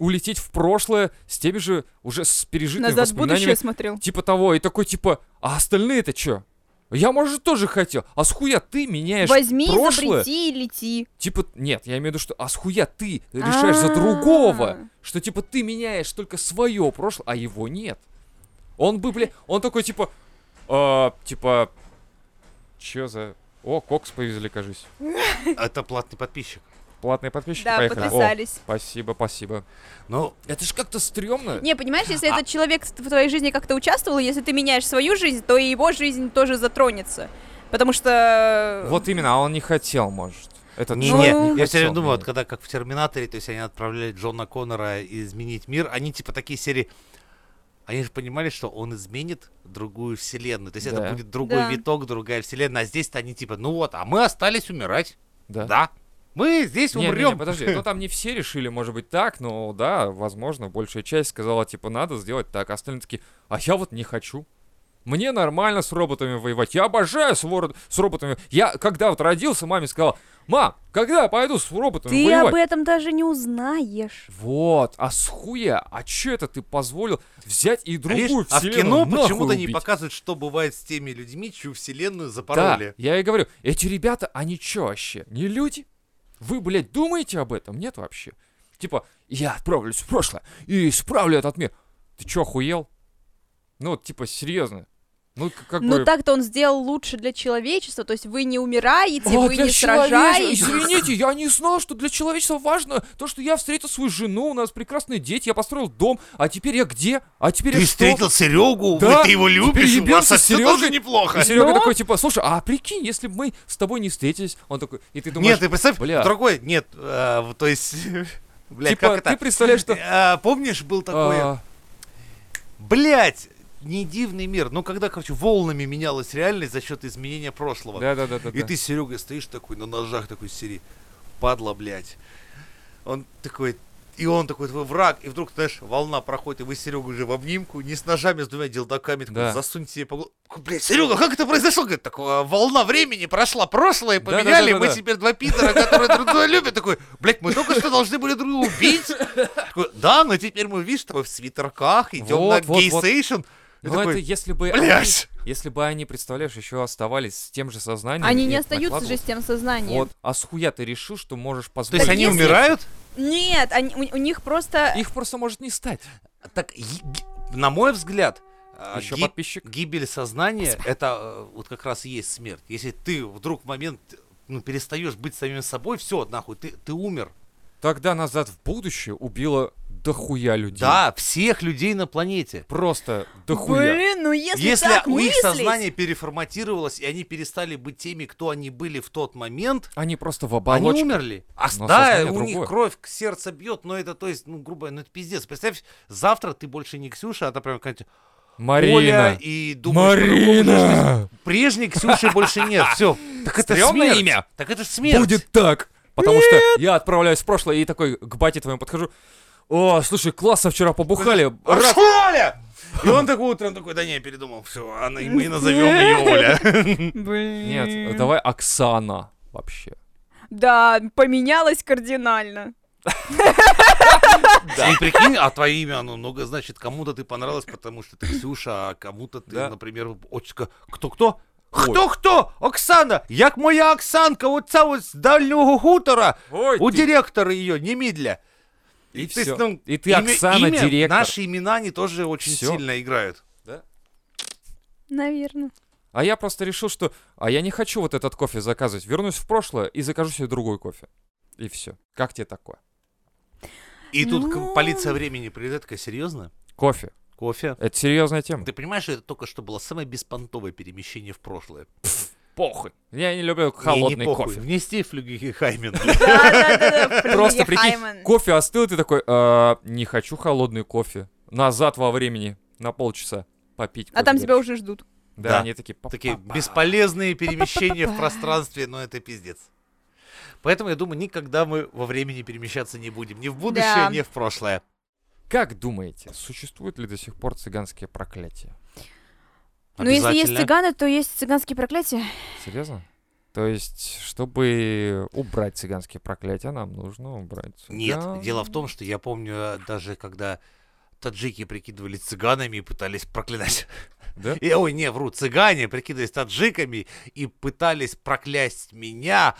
Speaker 2: улететь в прошлое с теми же уже с пережитыми
Speaker 3: Назад в
Speaker 2: воспоминаниями
Speaker 3: будущее смотрел.
Speaker 2: типа того, и такой типа, а остальные-то чё? Я, может, тоже хотел. А с хуя ты меняешь
Speaker 3: Возьми,
Speaker 2: прошлое?
Speaker 3: изобрети и лети.
Speaker 2: Типа, нет, я имею в виду, что а с хуя ты решаешь за
Speaker 3: А.
Speaker 2: другого, что типа ты меняешь только свое прошлое, а его нет. Он бы, бля, он такой типа, «А, типа, чё за... О, кокс повезли, кажись.
Speaker 1: Это платный подписчик.
Speaker 2: Платные подписчики,
Speaker 3: Да,
Speaker 2: поехали. О,
Speaker 3: подписались.
Speaker 2: спасибо, спасибо.
Speaker 1: Ну,
Speaker 2: Это ж как-то стрёмно.
Speaker 3: Не, понимаешь, если
Speaker 2: А.
Speaker 3: этот человек в твоей жизни как-то участвовал, если ты меняешь свою жизнь, то и его жизнь тоже затронется. Потому что...
Speaker 2: Вот именно, а он не хотел, может. Это
Speaker 1: Не,
Speaker 3: Ну,
Speaker 1: не,
Speaker 3: не
Speaker 1: я все
Speaker 2: хотел
Speaker 1: время думаю, вот
Speaker 2: менять.
Speaker 1: когда как в Терминаторе, то есть они отправляли Джона Коннора изменить мир, они типа такие серии, они же понимали, что он изменит другую вселенную, то есть
Speaker 2: Да.
Speaker 1: это будет другой
Speaker 3: Да.
Speaker 1: виток, другая вселенная, а здесь-то они типа, ну вот, а мы остались умирать,
Speaker 2: Да.
Speaker 1: да, мы здесь
Speaker 2: Не, не, не,
Speaker 1: умрем.
Speaker 2: подожди, ну там не все решили, может быть, так, но да, возможно, большая часть сказала, типа, надо сделать так, а остальные такие, а я вот не хочу. Мне нормально с роботами воевать. Я обожаю с, воро- с роботами. Я, когда вот родился, маме сказал, мам, когда я пойду с роботами
Speaker 3: Ты
Speaker 2: воевать?
Speaker 3: об э-, этом даже не узнаешь.
Speaker 2: Вот, а с хуя? А чё это ты позволил взять и
Speaker 1: А видишь,
Speaker 2: другую
Speaker 1: а в кино
Speaker 2: вселенную нахуй
Speaker 1: почему-то не
Speaker 2: убить?
Speaker 1: показывают, что бывает с теми людьми, чью вселенную
Speaker 2: Да,
Speaker 1: запороли.
Speaker 2: я и говорю, эти ребята, они чё вообще, не люди? Вы, блядь, думаете об этом? Нет вообще. Типа, я отправлюсь в прошлое и исправлю этот мир. Ты чё, охуел? Ну, вот, типа, серьезно. Ну, к- как
Speaker 3: Ну
Speaker 2: бы...
Speaker 3: так-то он сделал лучше для человечества, то есть вы не умираете,
Speaker 2: «А,
Speaker 3: вы
Speaker 2: для
Speaker 3: типа, не
Speaker 2: человече-
Speaker 3: сражаетесь.
Speaker 2: Извините, я не знал, что для человечества важно то, что я встретил свою жену, у нас прекрасные дети, я построил дом, а теперь я где? А теперь я
Speaker 1: Ты
Speaker 2: что?
Speaker 1: встретил Серегу,
Speaker 2: Да,
Speaker 1: ты его
Speaker 2: теперь
Speaker 1: любишь, у вас
Speaker 2: ебемся с
Speaker 1: все
Speaker 2: Серёгой.
Speaker 1: тоже неплохо.
Speaker 2: И Серега
Speaker 3: Но-
Speaker 2: такой, типа, слушай, а прикинь, если бы мы с тобой не встретились, он такой, и ты думаешь,
Speaker 1: нет, ты представь,
Speaker 2: бля.
Speaker 1: другой, нет, а, вот, то есть, блядь,
Speaker 2: типа,
Speaker 1: как это?
Speaker 2: ты представляешь, что...
Speaker 1: А, помнишь, был такой,
Speaker 2: а,
Speaker 1: блять, не дивный мир, ну когда, короче, волнами менялась реальность за счет изменения прошлого.
Speaker 2: Да, да, да, да.
Speaker 1: И ты, Серега, стоишь такой на ножах такой из серии, падла, блядь. Он такой, и он такой твой враг, и вдруг, знаешь, волна проходит, и вы Серегу уже в обнимку, не с ножами, а с двумя делдаками, такой,
Speaker 2: Да.
Speaker 1: засунь себе по Блядь, Серега, как это произошло? Говорит, так, «А, волна времени прошла прошлое,
Speaker 2: Да-да-да-да-да.
Speaker 1: поменяли, мы теперь два пидора, которые друг друга любят. Такой, блядь, мы только что должны были друг друга убить. Такой, да, но теперь мы, видишь, такой в свитерках, идем
Speaker 2: Вот,
Speaker 1: на
Speaker 2: вот, вот.
Speaker 1: гейсейшн. И
Speaker 2: Ну, это
Speaker 1: такой,
Speaker 2: если бы...
Speaker 1: Блядь!
Speaker 2: Если бы они, представляешь, еще оставались с тем же сознанием.
Speaker 3: Они
Speaker 2: и
Speaker 3: не
Speaker 2: это
Speaker 3: остаются же с
Speaker 2: накладывалось.
Speaker 3: тем сознанием.
Speaker 2: Вот, а с хуя ты решил, что можешь
Speaker 1: То
Speaker 2: позволить...
Speaker 1: есть они
Speaker 3: если-
Speaker 1: умирают?
Speaker 3: Нет, они- у, у них просто...
Speaker 2: Их просто может не стать.
Speaker 1: Так, е- г- на мой взгляд, а,
Speaker 2: Еще
Speaker 1: гиб-
Speaker 2: подписчик.
Speaker 1: гибель сознания это э, вот как раз и есть смерть. Если ты вдруг в момент ну, перестаешь быть самим собой, все, нахуй, ты, ты умер.
Speaker 2: Тогда назад в будущее убило дохуя людей.
Speaker 1: Да, всех людей на планете.
Speaker 2: Просто дохуя.
Speaker 3: Блин, ну если,
Speaker 1: Если
Speaker 3: так
Speaker 1: у
Speaker 3: мыслить...
Speaker 1: их сознание переформатировалось, и они перестали быть теми, кто они были в тот момент,
Speaker 2: Они просто в
Speaker 1: Они
Speaker 2: оболочке.
Speaker 1: умерли. А,
Speaker 2: Но
Speaker 1: да,
Speaker 2: сознание
Speaker 1: у них
Speaker 2: другое.
Speaker 1: кровь к сердцу бьет, но это, то есть, ну, грубо, ну, это пиздец. Представь, завтра ты больше не Ксюша, а это прям какая-нибудь Оля,
Speaker 2: Марина.
Speaker 1: и думаешь, по-другому
Speaker 2: Марина!
Speaker 1: будешь. Прежней Ксюши больше нет, все. Так это
Speaker 2: Стрёмное
Speaker 1: смерть.
Speaker 2: имя.
Speaker 1: Так это ж смерть.
Speaker 2: Будет так! Потому что я отправляюсь в прошлое и такой к бате твоему подхожу. О, слушай, классно вчера побухали.
Speaker 1: А
Speaker 2: Раз-
Speaker 1: что, Оля! И он такой утром такой, да не, передумал, все, она, мы назовем ее Оля.
Speaker 3: Блин.
Speaker 2: Нет, давай Оксана вообще.
Speaker 3: Да, поменялось кардинально.
Speaker 1: И прикинь, а твое имя, оно много значит, кому-то ты понравилась, потому что ты Ксюша, а кому-то ты,
Speaker 2: Да.
Speaker 1: например, очка кто-кто? Хто-хто? Оксана! Як моя Оксанка, вот ця вот з дальнього хутора,
Speaker 2: Ой,
Speaker 1: у
Speaker 2: ты-
Speaker 1: директора ее, немедля.
Speaker 2: И
Speaker 1: то есть,
Speaker 2: всё.
Speaker 1: ну,
Speaker 2: И ты
Speaker 1: имя-
Speaker 2: Оксана,
Speaker 1: имя,
Speaker 2: директор.
Speaker 1: Наши имена, они тоже очень
Speaker 2: Всё.
Speaker 1: сильно играют.
Speaker 3: Наверное.
Speaker 2: А я просто решил, что... А я не хочу вот этот кофе заказывать. Вернусь в прошлое и закажу себе другой кофе. И все. Как тебе такое?
Speaker 1: И тут к-
Speaker 3: Ну.
Speaker 1: полиция времени придет, такая, серьезно?
Speaker 2: Кофе.
Speaker 1: Кофе?
Speaker 2: Это серьезная тема.
Speaker 1: Ты понимаешь, это только что было самое беспонтовое перемещение в прошлое.
Speaker 2: Похуй. Я не люблю
Speaker 1: Мне не
Speaker 2: холодный
Speaker 1: похуй.
Speaker 2: кофе.
Speaker 1: Внести флюгенхаймен.
Speaker 3: Да-да-да,
Speaker 2: Просто прикинь,
Speaker 3: Фридгехаймен.
Speaker 2: кофе остыл, и ты такой, «А, не хочу холодный кофе. Назад во времени, на полчаса попить
Speaker 3: А там
Speaker 2: кофе
Speaker 3: тебя
Speaker 2: дальше».
Speaker 3: уже ждут.
Speaker 2: Да,
Speaker 1: Да.
Speaker 2: они такие...
Speaker 1: Такие
Speaker 2: «Па-па-па».
Speaker 1: бесполезные перемещения в
Speaker 3: Па-па-па-па.
Speaker 1: пространстве, но это пиздец. Поэтому я думаю, никогда мы во времени перемещаться не будем. Ни в будущее,
Speaker 3: Да.
Speaker 1: ни в прошлое.
Speaker 2: Как думаете, существуют ли до сих пор цыганские проклятия?
Speaker 3: Ну, если есть
Speaker 1: Обязательно.
Speaker 3: цыганы, то есть цыганские проклятия.
Speaker 2: Серьезно? То есть, чтобы убрать цыганские проклятия, нам нужно убрать
Speaker 1: Нет,
Speaker 2: цыган.
Speaker 1: дело в том, что я помню э, даже когда таджики прикидывались цыганами и пытались проклинать.
Speaker 2: Да?
Speaker 1: И, Э, ой, не, вру, цыгане прикидывались таджиками и пытались проклясть меня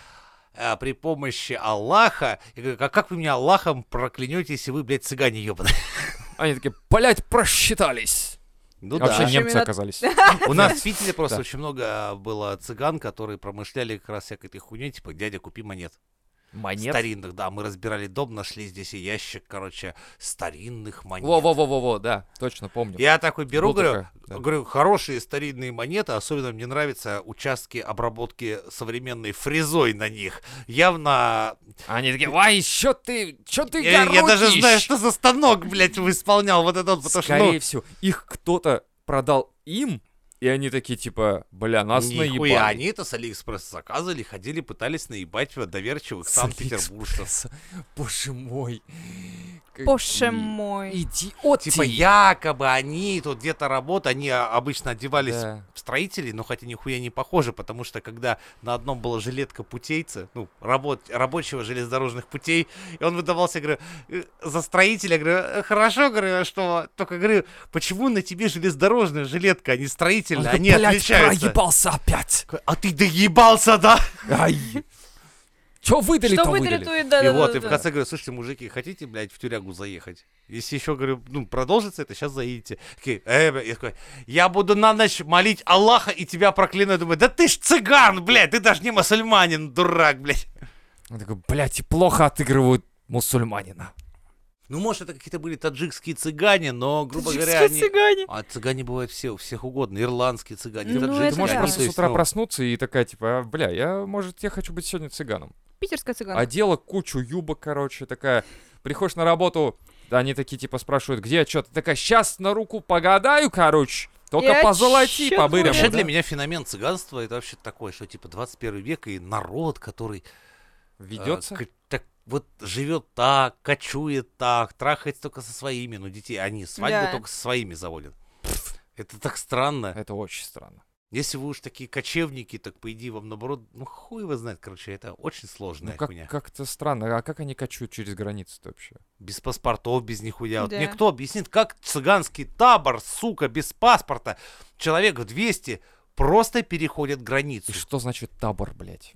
Speaker 1: э, при помощи Аллаха. Я говорю, а как вы меня Аллахом проклянете, если вы, блядь, цыгане ебаные?
Speaker 2: Они такие, блять, просчитались.
Speaker 1: Ну
Speaker 2: Вообще
Speaker 3: да.
Speaker 2: немцы
Speaker 3: Именно-
Speaker 2: оказались.
Speaker 1: У нас в Питере просто
Speaker 2: Да.
Speaker 1: очень много а, было цыган, которые промышляли как раз всякой этой хуйней, типа, дядя, купи монет.
Speaker 2: Монет.
Speaker 1: Старинных, да, мы разбирали дом, нашли здесь и ящик, короче, старинных монет.
Speaker 2: Во-во-во-во-во, да, точно помню.
Speaker 1: Я такой беру,
Speaker 2: Был
Speaker 1: говорю,
Speaker 2: такой, да.
Speaker 1: говорю, хорошие старинные монеты, особенно мне нравятся участки обработки современной фрезой на них. Явно...
Speaker 2: Они такие, вай, еще ты, чё ты
Speaker 1: Я, я даже
Speaker 2: городишь?»
Speaker 1: знаю, что за станок, блядь, исполнял вот этот, потому что... ну,
Speaker 2: Скорее всего, их кто-то продал им, и они такие, типа, бля, нас
Speaker 1: Нихуя,
Speaker 2: наебали.
Speaker 1: они это с Алиэкспресс заказывали, ходили, пытались наебать вот доверчивых
Speaker 2: С
Speaker 1: санкт-петербуржцев.
Speaker 2: Алиэкспресса. Боже мой.
Speaker 1: Э,
Speaker 2: Какие
Speaker 3: Боже мой.
Speaker 2: Идиоты.
Speaker 1: Типа якобы они тут где-то работают, они а, обычно одевались
Speaker 2: Да.
Speaker 1: в строителей, но хотя нихуя не похоже, потому что когда на одном была жилетка путейца, ну, работ, рабочего железнодорожных путей, и он выдавался, говорю, «Э, за строителя, говорю, «Э, хорошо, говорю, что, только говорю, почему на тебе железнодорожная жилетка, а не
Speaker 2: Он
Speaker 1: строительная,
Speaker 2: такой,
Speaker 1: они
Speaker 2: блядь,
Speaker 1: отличаются.
Speaker 2: проебался опять.
Speaker 1: А ты доебался, да?
Speaker 2: Ай. Чё выдали,
Speaker 3: Что
Speaker 2: то
Speaker 3: выдали,
Speaker 2: выдали.
Speaker 3: то и
Speaker 1: И вот, и в
Speaker 3: да-да-да.
Speaker 1: конце говорю, слушайте, мужики, хотите, блядь, в тюрягу заехать? Если еще, говорю, ну, продолжится это, сейчас заедете. Такие, «Э, бля», я такой, я буду на ночь молить Аллаха и тебя прокляну. Я Думаю, да ты ж цыган, блядь, ты даже не мусульманин, дурак, блядь.
Speaker 2: Он такой, блядь, и плохо отыгрывают мусульманина.
Speaker 1: Ну, может, это какие-то были таджикские цыгане, но, грубо говоря,
Speaker 3: Таджикские
Speaker 1: они...
Speaker 3: цыгане.
Speaker 1: А цыгане бывают все, у всех угодно. Ирландские цыгане,
Speaker 3: Ну,
Speaker 1: таджики.
Speaker 3: это
Speaker 2: Ты можешь
Speaker 3: да.
Speaker 2: просто
Speaker 1: То
Speaker 2: с
Speaker 1: есть,
Speaker 2: утра
Speaker 1: ну,
Speaker 2: проснуться и такая, типа, «А, бля, я, может, я хочу быть сегодня цыганом.
Speaker 3: Питерская цыганка.
Speaker 2: Одела кучу юбок, короче, такая. Приходишь на работу, они такие, типа, спрашивают, где отчет? Ты такая, сейчас на руку погадаю, короче. Только
Speaker 3: И
Speaker 2: позолоти
Speaker 3: отчет
Speaker 2: по
Speaker 3: будет.
Speaker 1: Вообще
Speaker 2: бырому,
Speaker 1: для
Speaker 2: да?
Speaker 1: меня феномен цыганства это вообще такое, что типа 21 век и народ, который а,
Speaker 2: Ведется.
Speaker 1: к- так вот живет так, кочует так, трахается только со своими, ну детей, они свадьбы
Speaker 3: Да.
Speaker 1: только со своими заводят. Это так странно.
Speaker 2: Э. Это очень странно.
Speaker 1: Если вы уж такие кочевники, так по идее вам наоборот, ну хуй его знает, короче, это очень
Speaker 2: Ну,
Speaker 1: сложная
Speaker 2: как,
Speaker 1: хуйня.
Speaker 2: как-то странно. А как они кочуют через границу-то вообще?
Speaker 1: Без паспортов, без нихуя. Вот
Speaker 3: Да.
Speaker 1: мне кто объяснит, как цыганский табор, сука, без паспорта, человек в 200 просто переходит границу.
Speaker 2: И что значит табор, блядь?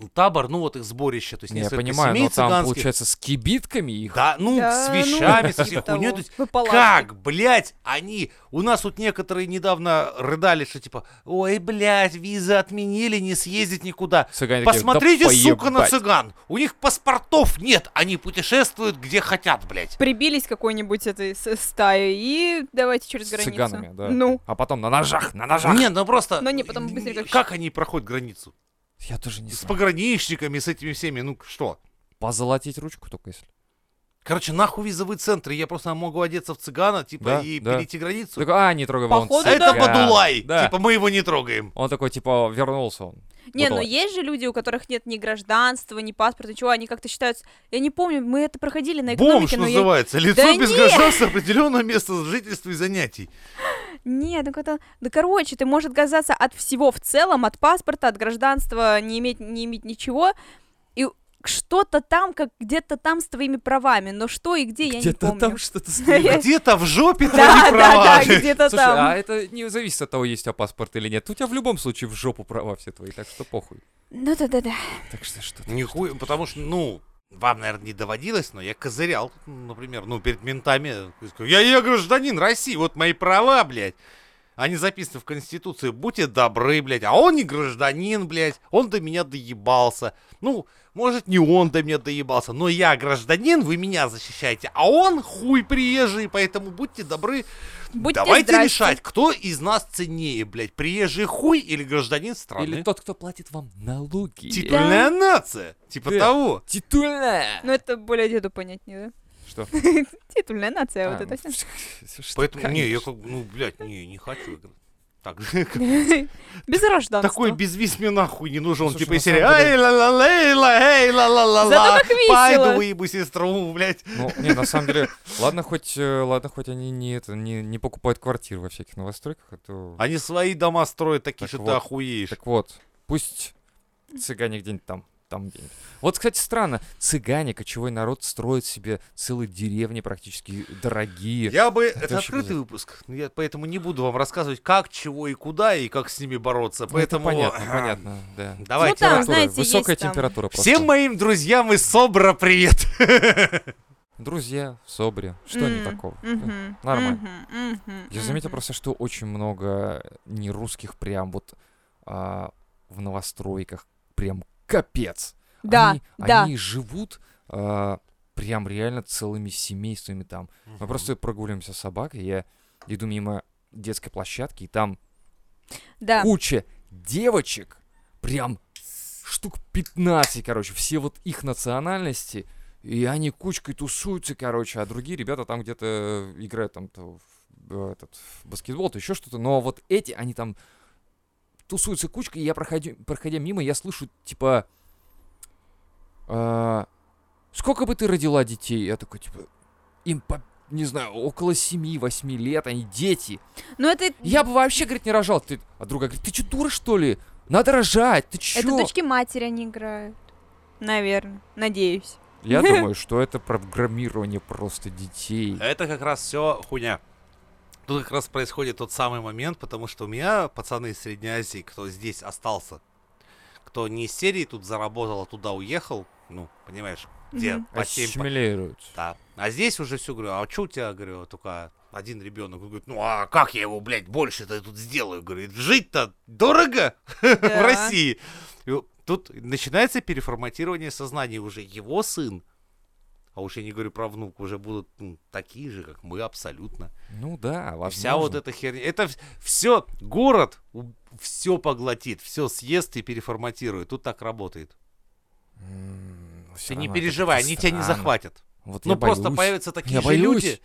Speaker 1: Ну, Табор, ну вот их сборище, то есть
Speaker 2: Не, я
Speaker 1: несколько
Speaker 2: понимаю,
Speaker 1: семей
Speaker 2: но там,
Speaker 1: цыганских.
Speaker 2: получается, с кибитками их.
Speaker 1: Да, ну,
Speaker 3: Да,
Speaker 1: с
Speaker 3: ну,
Speaker 1: вещами, со
Speaker 3: типа
Speaker 1: всей
Speaker 3: того.
Speaker 1: хуйней. То есть
Speaker 3: Вы палатки.
Speaker 1: Как, блядь, они... У нас тут некоторые недавно рыдали, что типа, ой, блядь, визы отменили, не съездить никуда.
Speaker 2: Цыгане такие, «Да
Speaker 1: Посмотрите, сука, на
Speaker 2: поебать».
Speaker 1: цыган. У них паспортов нет, они путешествуют где хотят, блядь.
Speaker 3: Прибились к какой-нибудь этой с- стаи и давайте через
Speaker 2: С
Speaker 3: границу.
Speaker 2: цыганами, да.
Speaker 3: Ну,
Speaker 2: А потом на ножах, на ножах.
Speaker 1: Не, ну просто...
Speaker 3: Но не, потом быстренько-
Speaker 1: Как они проходят границу?
Speaker 2: Я тоже не
Speaker 1: С
Speaker 2: знаю.
Speaker 1: пограничниками, с этими всеми, ну что?
Speaker 2: Позолотить ручку только если.
Speaker 1: Короче, нахуй визовые центры, я просто могу одеться в цыгана, типа,
Speaker 2: Да,
Speaker 1: и
Speaker 2: да.
Speaker 1: перейти границу.
Speaker 2: Такой, а, не трогай, вон
Speaker 3: Походу,
Speaker 1: а это
Speaker 3: да.
Speaker 2: цыган».
Speaker 1: Бадулай,
Speaker 2: Да.
Speaker 1: типа, мы его не трогаем.
Speaker 2: Он такой, типа, вернулся он.
Speaker 3: Не,
Speaker 2: Бадулай.
Speaker 3: ну есть же люди, у которых нет ни гражданства, ни паспорта, ничего, они как-то считаются... Я не помню, мы это проходили на
Speaker 1: Бомж
Speaker 3: экономике, но я...
Speaker 1: называется. Лицо
Speaker 3: Да
Speaker 1: без
Speaker 3: нет!
Speaker 1: гражданства определенного места жительства и занятий.
Speaker 3: Нет, ну это... Да короче, ты можешь отказаться от всего в целом, от паспорта, от гражданства, не иметь, не иметь ничего, и что-то там, как где-то там с твоими правами, но что и где, я не
Speaker 2: Где-то
Speaker 3: помню.
Speaker 2: там что-то с
Speaker 3: Да, я-
Speaker 1: Где-то в жопе
Speaker 3: Да,
Speaker 1: твои права.
Speaker 3: да, да, где-то
Speaker 2: Слушай, а
Speaker 3: там.
Speaker 2: это не зависит от того, есть у тебя паспорт или нет. У тебя в любом случае в жопу права все твои, так что похуй.
Speaker 3: Ну да-да-да.
Speaker 2: Так что что ты?
Speaker 1: Нихуя, потому что, ну, вам, наверное, не доводилось, но я козырял, например, ну, перед ментами. Я, я гражданин России, вот мои права, блядь. Они записаны в Конституции, будьте добры, блядь. А он не гражданин, блядь. Он до меня доебался. Ну, может, не он до меня доебался, но я гражданин, вы меня защищаете. А он хуй приезжий, поэтому будьте добры,
Speaker 3: Будьте
Speaker 1: Давайте
Speaker 3: здрасте.
Speaker 1: решать, кто из нас ценнее, блядь, приезжий хуй или гражданин страны?
Speaker 2: Или тот, кто платит вам налоги.
Speaker 1: Титульная нация, типа
Speaker 2: Да.
Speaker 1: того.
Speaker 2: Титульная!
Speaker 3: Ну это более деду понятнее,
Speaker 2: Что?
Speaker 3: да? Титульная нация, вот
Speaker 2: А,
Speaker 3: это
Speaker 2: ну,
Speaker 3: всё.
Speaker 2: что,
Speaker 1: Поэтому, не, я
Speaker 2: конечно.
Speaker 1: как, бы, ну, блядь, не, не хочу. я говорю. Так,
Speaker 3: Без гражданства.
Speaker 1: такой безвиз мне нахуй не нужен.
Speaker 2: Слушай,
Speaker 1: типа
Speaker 2: на
Speaker 1: из серии,
Speaker 2: самом деле-
Speaker 1: ай ла ла ла ла эй ла ла ла
Speaker 3: Зато
Speaker 1: ла
Speaker 3: как весело.
Speaker 1: Пойду выебу сестру, блядь.
Speaker 2: Ну, не, на самом деле, ладно, хоть, э, ладно, хоть они не, это, не, не покупают квартиры во всяких новостройках, а то...
Speaker 1: Они свои дома строят такие,
Speaker 2: Так
Speaker 1: что ты
Speaker 2: вот,
Speaker 1: охуеешь.
Speaker 2: Так вот, пусть цыгане где-нибудь там, там где-нибудь. Вот, кстати, странно, цыгане, кочевой народ, строят себе целые деревни практически дорогие. Ну,
Speaker 1: Я бы...
Speaker 2: Это
Speaker 1: Это
Speaker 2: вообще
Speaker 1: открытый
Speaker 2: пиздец.
Speaker 1: выпуск, я поэтому не буду вам рассказывать, как, чего и куда, и как с ними бороться.
Speaker 2: Ну, это
Speaker 1: Поэтому...
Speaker 2: понятно, понятно, да.
Speaker 1: Давайте.
Speaker 3: Ну, там,
Speaker 2: Температура,
Speaker 3: знаете, есть
Speaker 2: Высокая
Speaker 3: там-
Speaker 2: температура просто.
Speaker 1: Всем моим друзьям из Собра привет!
Speaker 2: Друзья в Собре. Что не
Speaker 3: М,
Speaker 2: такого? Да.
Speaker 3: мгм,
Speaker 2: Нормально.
Speaker 3: мгм, мгм,
Speaker 2: Я заметил
Speaker 3: мгм.
Speaker 2: просто, что очень много нерусских прям вот а, в новостройках. Прям капец.
Speaker 3: Да,
Speaker 2: они,
Speaker 3: да.
Speaker 2: Они живут а, прям реально целыми семействами там. Мы просто прогуливаемся с собакой, я иду мимо детской площадки, и там
Speaker 3: Да.
Speaker 2: куча девочек, прям штук 15, короче, все вот их национальности, и они кучкой тусуются, короче, а другие ребята там где-то играют там то в, э, этот, в баскетбол, то еще что-то, но вот эти, они там тусуются кучкой, и я проходи- проходя мимо, я слышу, типа, «А, сколько бы ты родила детей? Я такой, типа, им по, не знаю, около 7-8 лет, они дети.
Speaker 3: Ну это,
Speaker 2: Я бы вообще, говорит, не рожал. Ты... А другая говорит, ты че, дура, что ли? Надо рожать, ты че?
Speaker 3: это дочки матери они играют. Наверное. Надеюсь.
Speaker 2: Я думаю, что это программирование просто детей.
Speaker 1: Это как раз все хуйня. Тут как раз происходит тот самый момент, потому что у меня пацаны из Средней Азии, кто здесь остался, кто не из серии тут заработал, а туда уехал, ну, понимаешь, где
Speaker 3: Мгм.
Speaker 1: по семь, по-
Speaker 2: Ассимилируют.
Speaker 1: Да. А здесь уже все говорю, а что у тебя, говорю, только один ребенок. Он говорит, ну а как я его, блядь, больше-то тут сделаю? Говорит, жить-то дорого в
Speaker 3: Да.
Speaker 1: России. И вот Тут начинается переформатирование сознания. Уже его сын, а уж я не говорю про внук, уже будут ну, такие же, как мы, абсолютно.
Speaker 2: Ну
Speaker 1: И
Speaker 2: да, возможно.
Speaker 1: Вся вот эта херня. Это все, город все поглотит, все съест и переформатирует. Тут так работает. Ты не переживай, они тебя не захватят.
Speaker 2: Вот
Speaker 1: Ну
Speaker 2: я
Speaker 1: просто
Speaker 2: боюсь.
Speaker 1: появятся такие
Speaker 2: я
Speaker 1: же
Speaker 2: боюсь,
Speaker 1: люди.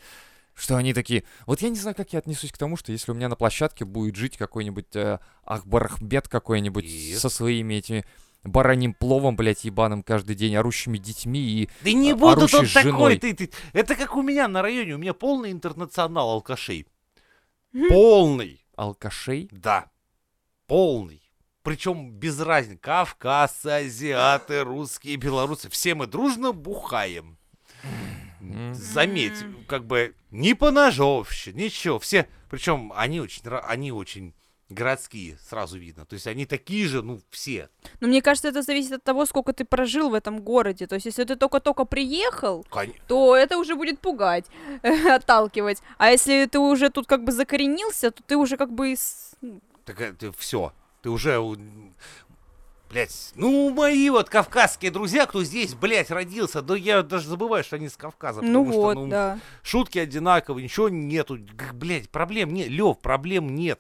Speaker 2: что они такие... Вот я не знаю, как я отнесусь к тому, что если у меня на площадке будет жить какой-нибудь э, Ахбарахмед какой-нибудь
Speaker 1: И?
Speaker 2: со своими этими бараним пловом, блядь, ебаным каждый день, орущими детьми и...
Speaker 1: Да не
Speaker 2: а-
Speaker 1: будут
Speaker 2: орущий
Speaker 1: он
Speaker 2: с
Speaker 1: такой,
Speaker 2: женой.
Speaker 1: ты, ты. Это как у меня на районе, у меня полный интернационал алкашей. Полный,
Speaker 2: Алкашей?
Speaker 1: да. полный. Причем без разницы. Кавказ, азиаты, русские, белорусы. Все мы дружно бухаем.
Speaker 2: М.
Speaker 1: Заметь, как бы ни по ножовщине, ничего. Все, причем они очень, ра- они очень городские, сразу видно. То есть они такие же, ну, все.
Speaker 3: Но мне кажется, это зависит от того, сколько ты прожил в этом городе. То есть, если ты только-только приехал,
Speaker 1: Кон-
Speaker 3: то это уже будет пугать, отталкивать. А если ты уже тут как бы закоренился, то ты уже как бы... с-
Speaker 1: Так это все. Ты уже... Блять, ну мои вот кавказские друзья, кто здесь, блядь, родился, да я даже забываю, что они с Кавказа,
Speaker 3: Ну
Speaker 1: потому что,
Speaker 3: вот,
Speaker 1: ну,
Speaker 3: да.
Speaker 1: шутки одинаковые, ничего нету, Г- блядь, проблем нет, Лев, проблем нет.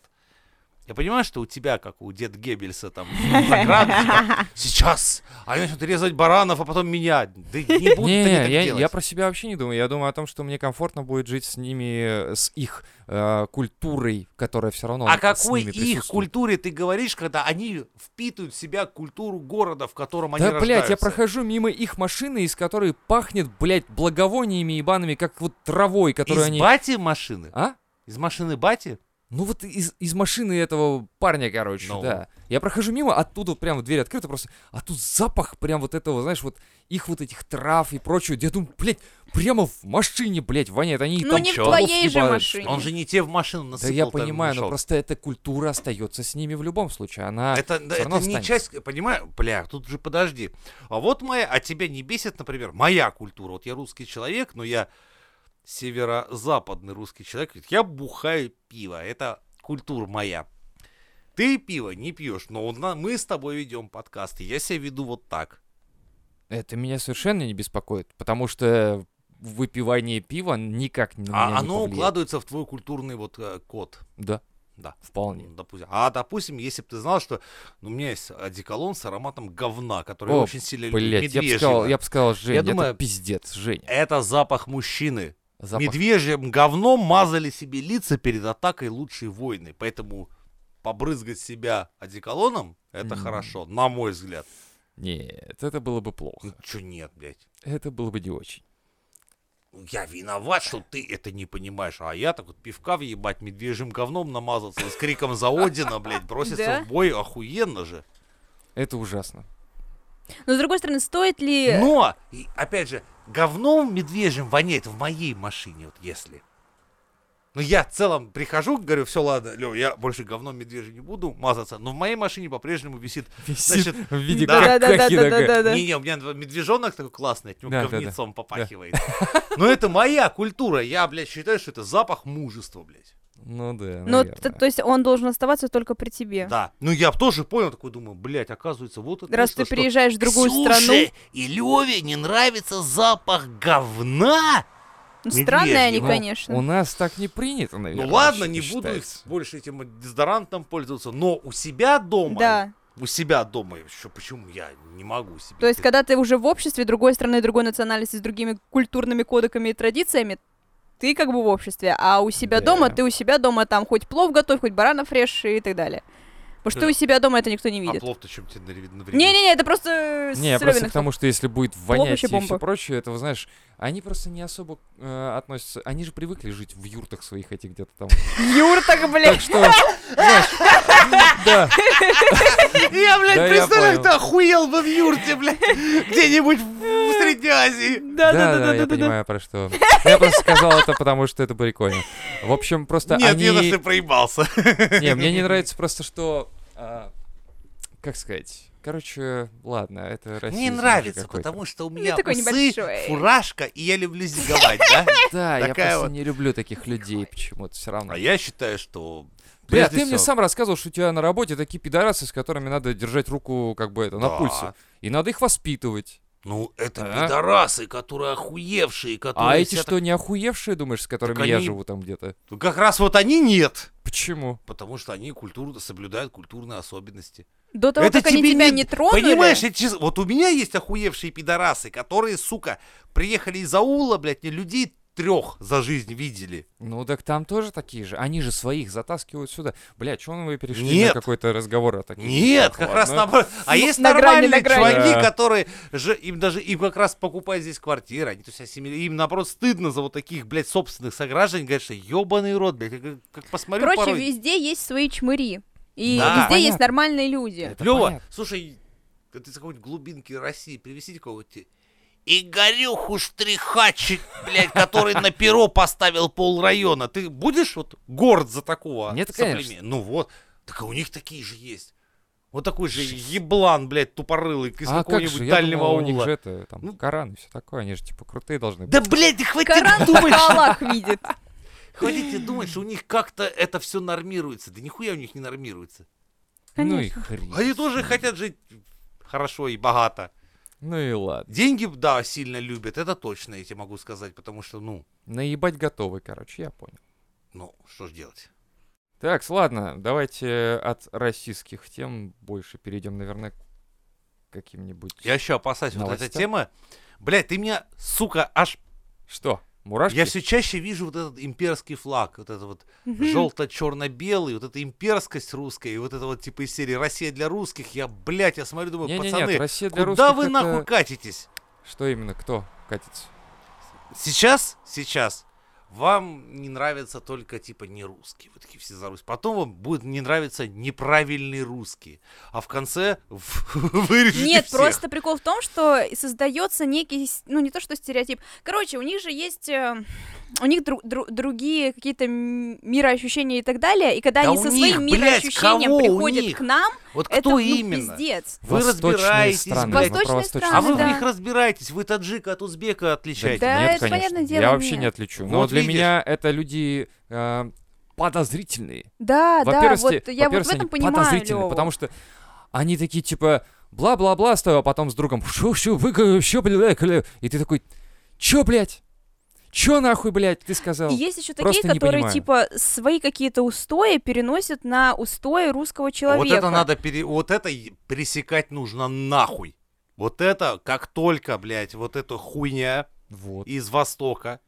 Speaker 1: Я понимаю, что у тебя, как у дед Геббельса, там, на градусах, сейчас, они начнут резать баранов, а потом меня. Да не будут
Speaker 2: Не,
Speaker 1: они так
Speaker 2: я,
Speaker 1: делать.
Speaker 2: я про себя вообще не думаю. Я думаю о том, что мне комфортно будет жить с ними, э, с их э, культурой, которая все равно.
Speaker 1: А
Speaker 2: с
Speaker 1: какой
Speaker 2: ними
Speaker 1: их
Speaker 2: присутствует.
Speaker 1: культуре ты говоришь, когда они впитывают в себя культуру города, в котором они
Speaker 2: Да, блядь, я
Speaker 1: рождаются?
Speaker 2: прохожу мимо их машины, из которой пахнет, блядь, благовониями ебаными, как вот травой, которую
Speaker 1: Из
Speaker 2: они...
Speaker 1: бати машины?
Speaker 2: А?
Speaker 1: Из машины бати?
Speaker 2: Ну вот из, из машины этого парня, короче,
Speaker 1: Ну.
Speaker 2: да. Я прохожу мимо, оттуда вот прям дверь открыта просто, а тут запах прям вот этого, знаешь, вот их вот этих трав и прочего. Я думаю, блядь, прямо в машине, блядь, воняет. Они
Speaker 3: Ну
Speaker 2: там
Speaker 3: не в
Speaker 1: чё?
Speaker 3: твоей
Speaker 2: Лов
Speaker 3: же
Speaker 2: ебаный.
Speaker 3: машине.
Speaker 1: Он же не те в машину
Speaker 2: Да
Speaker 1: насыпал.
Speaker 2: я
Speaker 1: там
Speaker 2: понимаю, но
Speaker 1: мешок.
Speaker 2: просто эта культура остается с ними в любом случае. Она.
Speaker 1: Это, да,
Speaker 2: А, всё
Speaker 1: это
Speaker 2: равно
Speaker 1: не
Speaker 2: останется.
Speaker 1: часть, понимаю, бля, тут же подожди. А вот моя, а тебя не бесит, например, моя культура. Вот я русский человек, но я северо-западный русский человек. Говорит, Я бухаю пиво, это культура моя. Ты пиво не пьешь, но у на- мы с тобой ведем подкасты. Я себя веду вот так.
Speaker 2: Это меня совершенно не беспокоит, потому что выпивание пива никак на Ну, меня
Speaker 1: а
Speaker 2: не
Speaker 1: оно
Speaker 2: повлияет.
Speaker 1: укладывается в твой культурный вот э, код.
Speaker 2: Да.
Speaker 1: Да.
Speaker 2: Вполне.
Speaker 1: Допустим. А допустим, если бы ты знал, что ну, у меня есть одеколон с ароматом говна, который я
Speaker 2: О,
Speaker 1: очень сильно люблю.
Speaker 2: Блять, я бы
Speaker 1: Медвежьего.
Speaker 2: сказал, я бы сказал, Жень, это
Speaker 1: думаю- э,
Speaker 2: пиздец, Жень.
Speaker 1: Это запах мужчины.
Speaker 2: Запах
Speaker 1: Медвежьим говном мазали себе лица перед атакой лучшие войны. Поэтому побрызгать себя одеколоном это
Speaker 2: М.
Speaker 1: хорошо, на мой взгляд.
Speaker 2: Нет, это было
Speaker 1: Ну
Speaker 2: бы плохо.
Speaker 1: чё нет, блядь.
Speaker 2: Это было бы не очень.
Speaker 1: Ну, Я виноват, что ты это не понимаешь. А я так вот пивка въебать медвежьим говном намазаться и с криком за Одина, блядь, броситься
Speaker 3: Да?
Speaker 1: в бой охуенно же.
Speaker 2: Это ужасно.
Speaker 3: Но с другой стороны, стоит ли...
Speaker 2: Э.
Speaker 1: Но, и, опять же, говном медвежьим воняет в моей машине, вот если. Ну, я в целом прихожу, говорю, все, ладно, Лё, я больше говном медвежьим не буду мазаться, но в моей машине по-прежнему висит...
Speaker 2: Висит
Speaker 1: Значит,
Speaker 2: в виде
Speaker 1: да.
Speaker 2: какахи такая.
Speaker 3: Да-да-да-да-да.
Speaker 1: Не-не, у меня медвежонок такой классный, от него
Speaker 2: Да, да, да.
Speaker 1: говнецом попахивает. Но это моя культура, я, блядь, считаю, что это запах мужества, блядь.
Speaker 2: Ну да,
Speaker 3: Ну,
Speaker 2: наверное.
Speaker 3: т- то есть он должен оставаться только при тебе.
Speaker 1: Да, ну я б тоже понял, такой думаю, блядь, оказывается, вот это
Speaker 3: Раз
Speaker 1: Ну, что,
Speaker 3: ты
Speaker 1: что
Speaker 3: переезжаешь в другую страну,
Speaker 1: Слушай, и Леве не нравится запах говна?
Speaker 3: ну, странные они,
Speaker 1: медвежьего.
Speaker 2: Ну,
Speaker 3: конечно.
Speaker 2: У нас так не принято, наверное.
Speaker 1: Ну ладно,
Speaker 2: щ-
Speaker 1: не буду их
Speaker 2: считается.
Speaker 1: больше этим дезодорантом пользоваться, но у себя дома,
Speaker 3: Да.
Speaker 1: у себя дома, еще почему я не могу себе.
Speaker 3: То есть,
Speaker 1: это-
Speaker 3: когда ты уже в обществе другой страны, другой национальности, с другими культурными кодеками и традициями, ты как бы в обществе, а у себя
Speaker 2: Да.
Speaker 3: дома, ты у себя дома там хоть плов готовь, хоть баранов режь и так далее. Потому что
Speaker 1: Да.
Speaker 3: у себя дома это никто не
Speaker 1: А
Speaker 3: видит.
Speaker 1: плов-то чем тебе навре- навредит?
Speaker 3: Не-не-не, это просто
Speaker 2: Не, я просто
Speaker 3: Срёбиных
Speaker 2: к тому, что если будет вонять
Speaker 3: еще
Speaker 2: и все
Speaker 3: бомба.
Speaker 2: прочее, это, вы знаешь, они просто не особо э, относятся. Они же привыкли жить в юртах своих этих где-то там.
Speaker 3: юртах,
Speaker 2: Так
Speaker 3: блядь.
Speaker 2: что, знаешь, да,
Speaker 1: Я, блядь,
Speaker 2: Да, я
Speaker 1: представляю,
Speaker 2: понял.
Speaker 1: кто охуел бы в юрте, блядь, где-нибудь в Средней Азии.
Speaker 2: да, да, я
Speaker 3: Да-да-да-да-да.
Speaker 2: понимаю про что. Я просто сказал это, потому что это прикольно. В общем, просто
Speaker 1: Нет,
Speaker 2: они...
Speaker 1: не на что проебался.
Speaker 2: Не, мне не нравится просто, что... а, Как сказать? Короче, ладно, это расизм
Speaker 1: Мне
Speaker 2: уже
Speaker 1: нравится,
Speaker 2: какой-то.
Speaker 1: потому что у меня
Speaker 3: Ну, такой
Speaker 1: усы,
Speaker 3: небольшой.
Speaker 1: фуражка, и я люблю зиговать, да?
Speaker 2: Да, я
Speaker 1: такая
Speaker 2: просто
Speaker 1: вот.
Speaker 2: не люблю таких людей почему-то все равно.
Speaker 1: А я считаю, что...
Speaker 2: Бля,
Speaker 1: прежде
Speaker 2: ты мне
Speaker 1: всего-
Speaker 2: сам рассказывал, что у тебя на работе такие пидорасы, с которыми надо держать руку, как бы это, на
Speaker 1: Да.
Speaker 2: пульсе. И надо их воспитывать.
Speaker 1: Ну, это
Speaker 2: А?
Speaker 1: пидорасы, которые охуевшие, которые...
Speaker 2: а эти
Speaker 1: себя
Speaker 2: что, не охуевшие, думаешь, с которыми
Speaker 1: Так
Speaker 2: я
Speaker 1: они-
Speaker 2: живу там где-то?
Speaker 1: так- Ну, Как раз вот они нет.
Speaker 2: Почему?
Speaker 1: Потому что они культурно соблюдают культурные особенности.
Speaker 3: До того,
Speaker 1: Это
Speaker 3: как они
Speaker 1: тебе
Speaker 3: тебя
Speaker 1: не-
Speaker 3: не тронули...
Speaker 1: Понимаешь, я чис- вот у меня есть охуевшие пидорасы, которые, сука, приехали из аула, блядь, не людей трех за жизнь видели.
Speaker 2: Ну так там тоже такие же. Они же своих затаскивают сюда. Бля, чего вы перешли
Speaker 1: Нет.
Speaker 2: на какой-то разговор о таких?
Speaker 1: Нет,
Speaker 2: вещах?
Speaker 1: как
Speaker 2: Ладно.
Speaker 1: раз наоборот. А
Speaker 3: Ну,
Speaker 1: есть
Speaker 3: на грани,
Speaker 1: нормальные
Speaker 3: на грани.
Speaker 1: чуваки,
Speaker 2: Да.
Speaker 1: которые же им даже им как раз покупают здесь квартиры, они то есть ассимили- им наоборот стыдно за вот таких, блядь, собственных сограждан, говорят, что ебаный рот, блядь, я как, как посмотрю
Speaker 3: Короче,
Speaker 1: порой.
Speaker 3: везде есть свои чмыри. И
Speaker 1: Да.
Speaker 3: везде есть
Speaker 2: Понятно.
Speaker 3: нормальные люди.
Speaker 2: Это
Speaker 1: Лева,
Speaker 2: понятно.
Speaker 1: слушай, ты из какой-нибудь глубинки России привезти кого-нибудь Игорюху штрихачик, блядь, который на перо поставил пол района. Ты будешь вот горд за такого?
Speaker 2: Нет,
Speaker 1: соплемен-
Speaker 2: конечно.
Speaker 1: Ну вот, так и у них такие же есть. Вот такой же еблан, блядь, тупорылый из
Speaker 2: А как же,
Speaker 1: какого-нибудь
Speaker 2: я
Speaker 1: дальнего
Speaker 2: думал, у них
Speaker 1: аула.
Speaker 2: же это, там,
Speaker 1: Ну.
Speaker 2: Коран и все такое, они же, типа, крутые должны быть.
Speaker 1: Да, блядь, да хватит
Speaker 3: Коран
Speaker 1: думать, что-
Speaker 3: Аллах видит.
Speaker 1: хватит думать, что у них как-то это все нормируется. Да нихуя у них не нормируется.
Speaker 2: Ну и
Speaker 3: Конечно.
Speaker 2: хрен.
Speaker 1: Они тоже хотят жить хорошо и богато.
Speaker 2: Ну и ладно.
Speaker 1: Деньги, да, сильно любят, это точно, я тебе могу сказать, потому что, ну,
Speaker 2: Наебать готовы, короче, я понял.
Speaker 1: ну, что ж делать?
Speaker 2: Так, с- ладно, давайте э, от российских тем больше перейдем, наверное, к каким-нибудь...
Speaker 1: Я еще опасаюсь, вот эта
Speaker 2: Новости?
Speaker 1: тема, блядь, ты меня, сука, аж,
Speaker 2: Что, мурашки?
Speaker 1: я все чаще вижу вот этот имперский флаг, вот это вот желто-черно-белый, вот эта имперскость русская, и вот это вот типа из серии «Россия для русских», я, блядь, я смотрю, думаю,
Speaker 2: Не-не-не,
Speaker 1: пацаны,
Speaker 2: Россия для
Speaker 1: куда
Speaker 2: русских
Speaker 1: вы
Speaker 2: это-
Speaker 1: нахуй катитесь?
Speaker 2: Что именно, кто катится?
Speaker 1: Сейчас, сейчас вам не нравятся только типа не русские, вы такие все за Русь. Потом вам будет не нравиться неправильные русские, а в конце в- вырежете
Speaker 3: Нет,
Speaker 1: всех.
Speaker 3: просто прикол в том, что создается некий, с- ну не то что стереотип. Короче, у них же есть, э, у них дру- дру- другие какие-то м- мироощущения и так далее. И когда
Speaker 1: Да
Speaker 3: они
Speaker 1: у
Speaker 3: со
Speaker 1: них,
Speaker 3: своим
Speaker 1: блядь,
Speaker 3: мироощущением
Speaker 1: кого у
Speaker 3: приходят
Speaker 1: них?
Speaker 3: к нам,
Speaker 1: Вот
Speaker 3: это
Speaker 1: кто
Speaker 3: ну,
Speaker 1: именно?
Speaker 3: пиздец.
Speaker 1: Вы
Speaker 2: Восточные
Speaker 1: разбираетесь,
Speaker 2: страны.
Speaker 1: блядь.
Speaker 2: ну, про
Speaker 3: Восточные
Speaker 2: восточные
Speaker 1: А вы в
Speaker 3: Да.
Speaker 1: них разбираетесь, вы таджика от узбека отличаете.
Speaker 3: Да,
Speaker 2: нет,
Speaker 3: это
Speaker 2: конечно.
Speaker 3: понятное дело,
Speaker 2: я вообще
Speaker 3: нет.
Speaker 2: не отличу. Но
Speaker 1: Вот
Speaker 2: для
Speaker 1: видишь.
Speaker 2: меня это люди э, подозрительные.
Speaker 3: А, Да, да,
Speaker 2: во-первых,
Speaker 3: вот
Speaker 2: те-
Speaker 3: я вот
Speaker 2: во-первых,
Speaker 3: в этом
Speaker 2: они
Speaker 3: понимаю
Speaker 2: подозрительные,
Speaker 3: Лёву.
Speaker 2: потому что они такие типа бла-бла-бла с тобой, а потом с другом шу шу вы щё, бля, бля». и ты такой чё, блядь? Чё нахуй, блядь, ты сказал?
Speaker 3: И есть еще такие,
Speaker 2: Просто не
Speaker 3: которые
Speaker 2: понимаю.
Speaker 3: типа свои какие-то устои переносят на устои русского человека.
Speaker 1: Вот это надо пере... вот это и пересекать нужно нахуй. Вот это, как только, блядь, вот эта хуйня
Speaker 2: Вот.
Speaker 1: из Востока.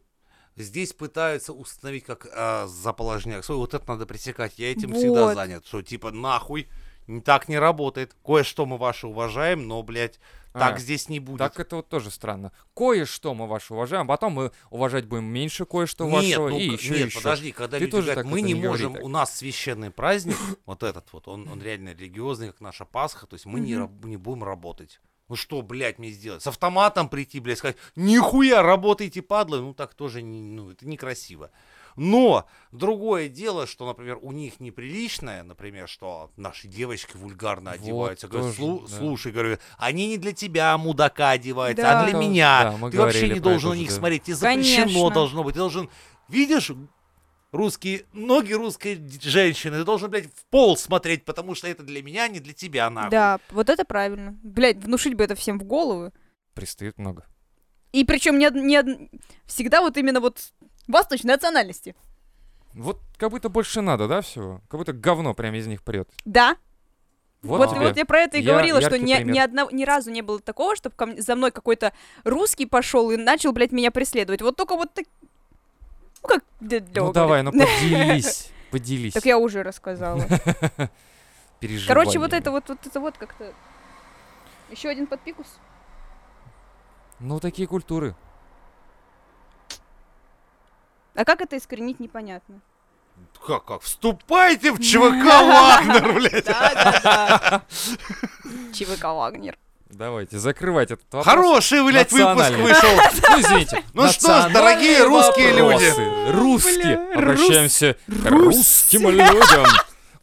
Speaker 1: Здесь пытаются установить как а, заположняк. Свой вот это надо пресекать. Я этим всегда
Speaker 3: Вот.
Speaker 1: занят. Что типа нахуй не- так не работает. Кое-что мы ваши уважаем, но, блядь, так
Speaker 2: А,
Speaker 1: здесь не будет.
Speaker 2: Так это вот тоже странно. Кое-что мы ваше уважаем, а потом мы уважать будем меньше кое-что
Speaker 1: нет,
Speaker 2: вашего
Speaker 1: ну,
Speaker 2: и
Speaker 1: к-
Speaker 2: еще
Speaker 1: нет,
Speaker 2: еще.
Speaker 1: подожди, когда
Speaker 2: Ты
Speaker 1: люди
Speaker 2: тоже
Speaker 1: говорят,
Speaker 2: так
Speaker 1: мы
Speaker 2: это
Speaker 1: не,
Speaker 2: не говори
Speaker 1: можем,
Speaker 2: так.
Speaker 1: у нас священный праздник, вот этот вот, он, он реально религиозный, как наша Пасха, то есть мы не,
Speaker 3: Мгм.
Speaker 1: раб- не будем работать. Ну что, блядь, мне сделать? С автоматом прийти, блядь, сказать, нихуя, работайте, падлы, ну так тоже, не, ну это некрасиво. Но другое дело, что, например, у них неприличное, например, что наши девочки вульгарно
Speaker 2: Вот
Speaker 1: одеваются. Говорят,
Speaker 2: тоже,
Speaker 1: «Слу-
Speaker 2: да.
Speaker 1: слушай, говорю, они не для тебя, мудака, одеваются, а
Speaker 3: Да.
Speaker 1: для
Speaker 2: Да,
Speaker 1: меня.
Speaker 2: да, мы
Speaker 1: Ты вообще
Speaker 2: говорили
Speaker 1: не
Speaker 2: про
Speaker 1: должен
Speaker 2: это
Speaker 1: на них
Speaker 2: же, да.
Speaker 1: смотреть, тебе запрещено
Speaker 3: Конечно.
Speaker 1: должно быть. Ты должен, видишь, русские, ноги русской д- женщины, ты должен, блядь, в пол смотреть, потому что это для меня, не для тебя, нахуй.
Speaker 3: Да, вот это правильно. Блять, внушить бы это всем в голову.
Speaker 2: Пристает много.
Speaker 3: И причем не, од- не од- всегда вот именно вот восточной национальности.
Speaker 2: Вот как будто больше надо, да, всего? Как будто говно прямо из них прет.
Speaker 3: Да. Вот, вот,
Speaker 2: тебе.
Speaker 3: я про это и
Speaker 2: Я-
Speaker 3: говорила, что
Speaker 2: яркий
Speaker 3: ни,
Speaker 2: пример.
Speaker 3: ни, одного, ни разу не было такого, чтобы ко мне- за мной какой-то русский пошел и начал, блядь, меня преследовать. Вот только вот так... Ну как... дядя
Speaker 2: Ну
Speaker 3: Лёва
Speaker 2: давай, ну
Speaker 3: говорит.
Speaker 2: поделись. Поделись.
Speaker 3: Так я уже рассказала.
Speaker 2: Переживай.
Speaker 3: Короче, вот это вот, вот это вот как-то... Еще один подпикус.
Speaker 2: Ну такие культуры.
Speaker 3: А как это искоренить, непонятно.
Speaker 1: Как, как? Вступайте в ЧВК Вагнер, блядь.
Speaker 3: Да-да-да. ЧВК Вагнер.
Speaker 2: Давайте, закрывать этот вопрос.
Speaker 1: Хороший, блядь, выпуск
Speaker 2: Национальный.
Speaker 1: вышел.
Speaker 2: Ну извините.
Speaker 1: Ну что ж,
Speaker 2: Национальные
Speaker 1: дорогие русские люди.
Speaker 2: вопросы. Русские.
Speaker 3: Бля,
Speaker 2: Обращаемся к русским людям.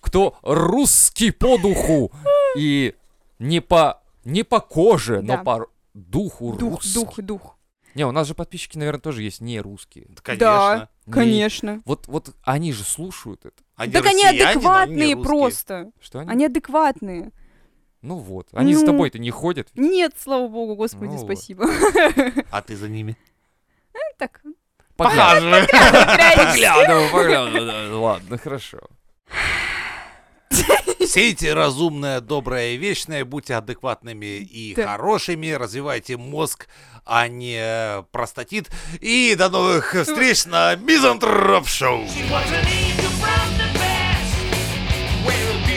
Speaker 2: Кто русский по духу и не по не по коже, но
Speaker 3: Да.
Speaker 2: по духу
Speaker 3: Дух,
Speaker 2: русский.
Speaker 3: дух, дух.
Speaker 2: Не, у нас же подписчики, наверное, тоже есть не русские.
Speaker 1: Да,
Speaker 3: Да,
Speaker 1: Конечно.
Speaker 2: Не-
Speaker 3: конечно.
Speaker 2: Вот, вот они же слушают это.
Speaker 1: Они
Speaker 3: Так они
Speaker 1: россияне, но не
Speaker 3: адекватные
Speaker 1: русские.
Speaker 3: просто.
Speaker 2: Что они?
Speaker 3: Они адекватные.
Speaker 2: Ну вот. Они за
Speaker 3: Ну.
Speaker 2: тобой-то не ходят.
Speaker 3: Нет, слава богу, господи,
Speaker 2: Ну вот.
Speaker 3: спасибо.
Speaker 1: А ты за ними?
Speaker 3: Так,
Speaker 2: Пока.
Speaker 1: Похаживай.
Speaker 3: периодически.
Speaker 2: Поглядываю, поглядываю, да, Ладно, хорошо.
Speaker 1: Сейте разумное, доброе и вечное, будьте адекватными и
Speaker 3: Да.
Speaker 1: хорошими, развивайте мозг, а не простатит. И до новых встреч на Мизантроп Шоу!
Speaker 4: She was an angel from the past. Wearing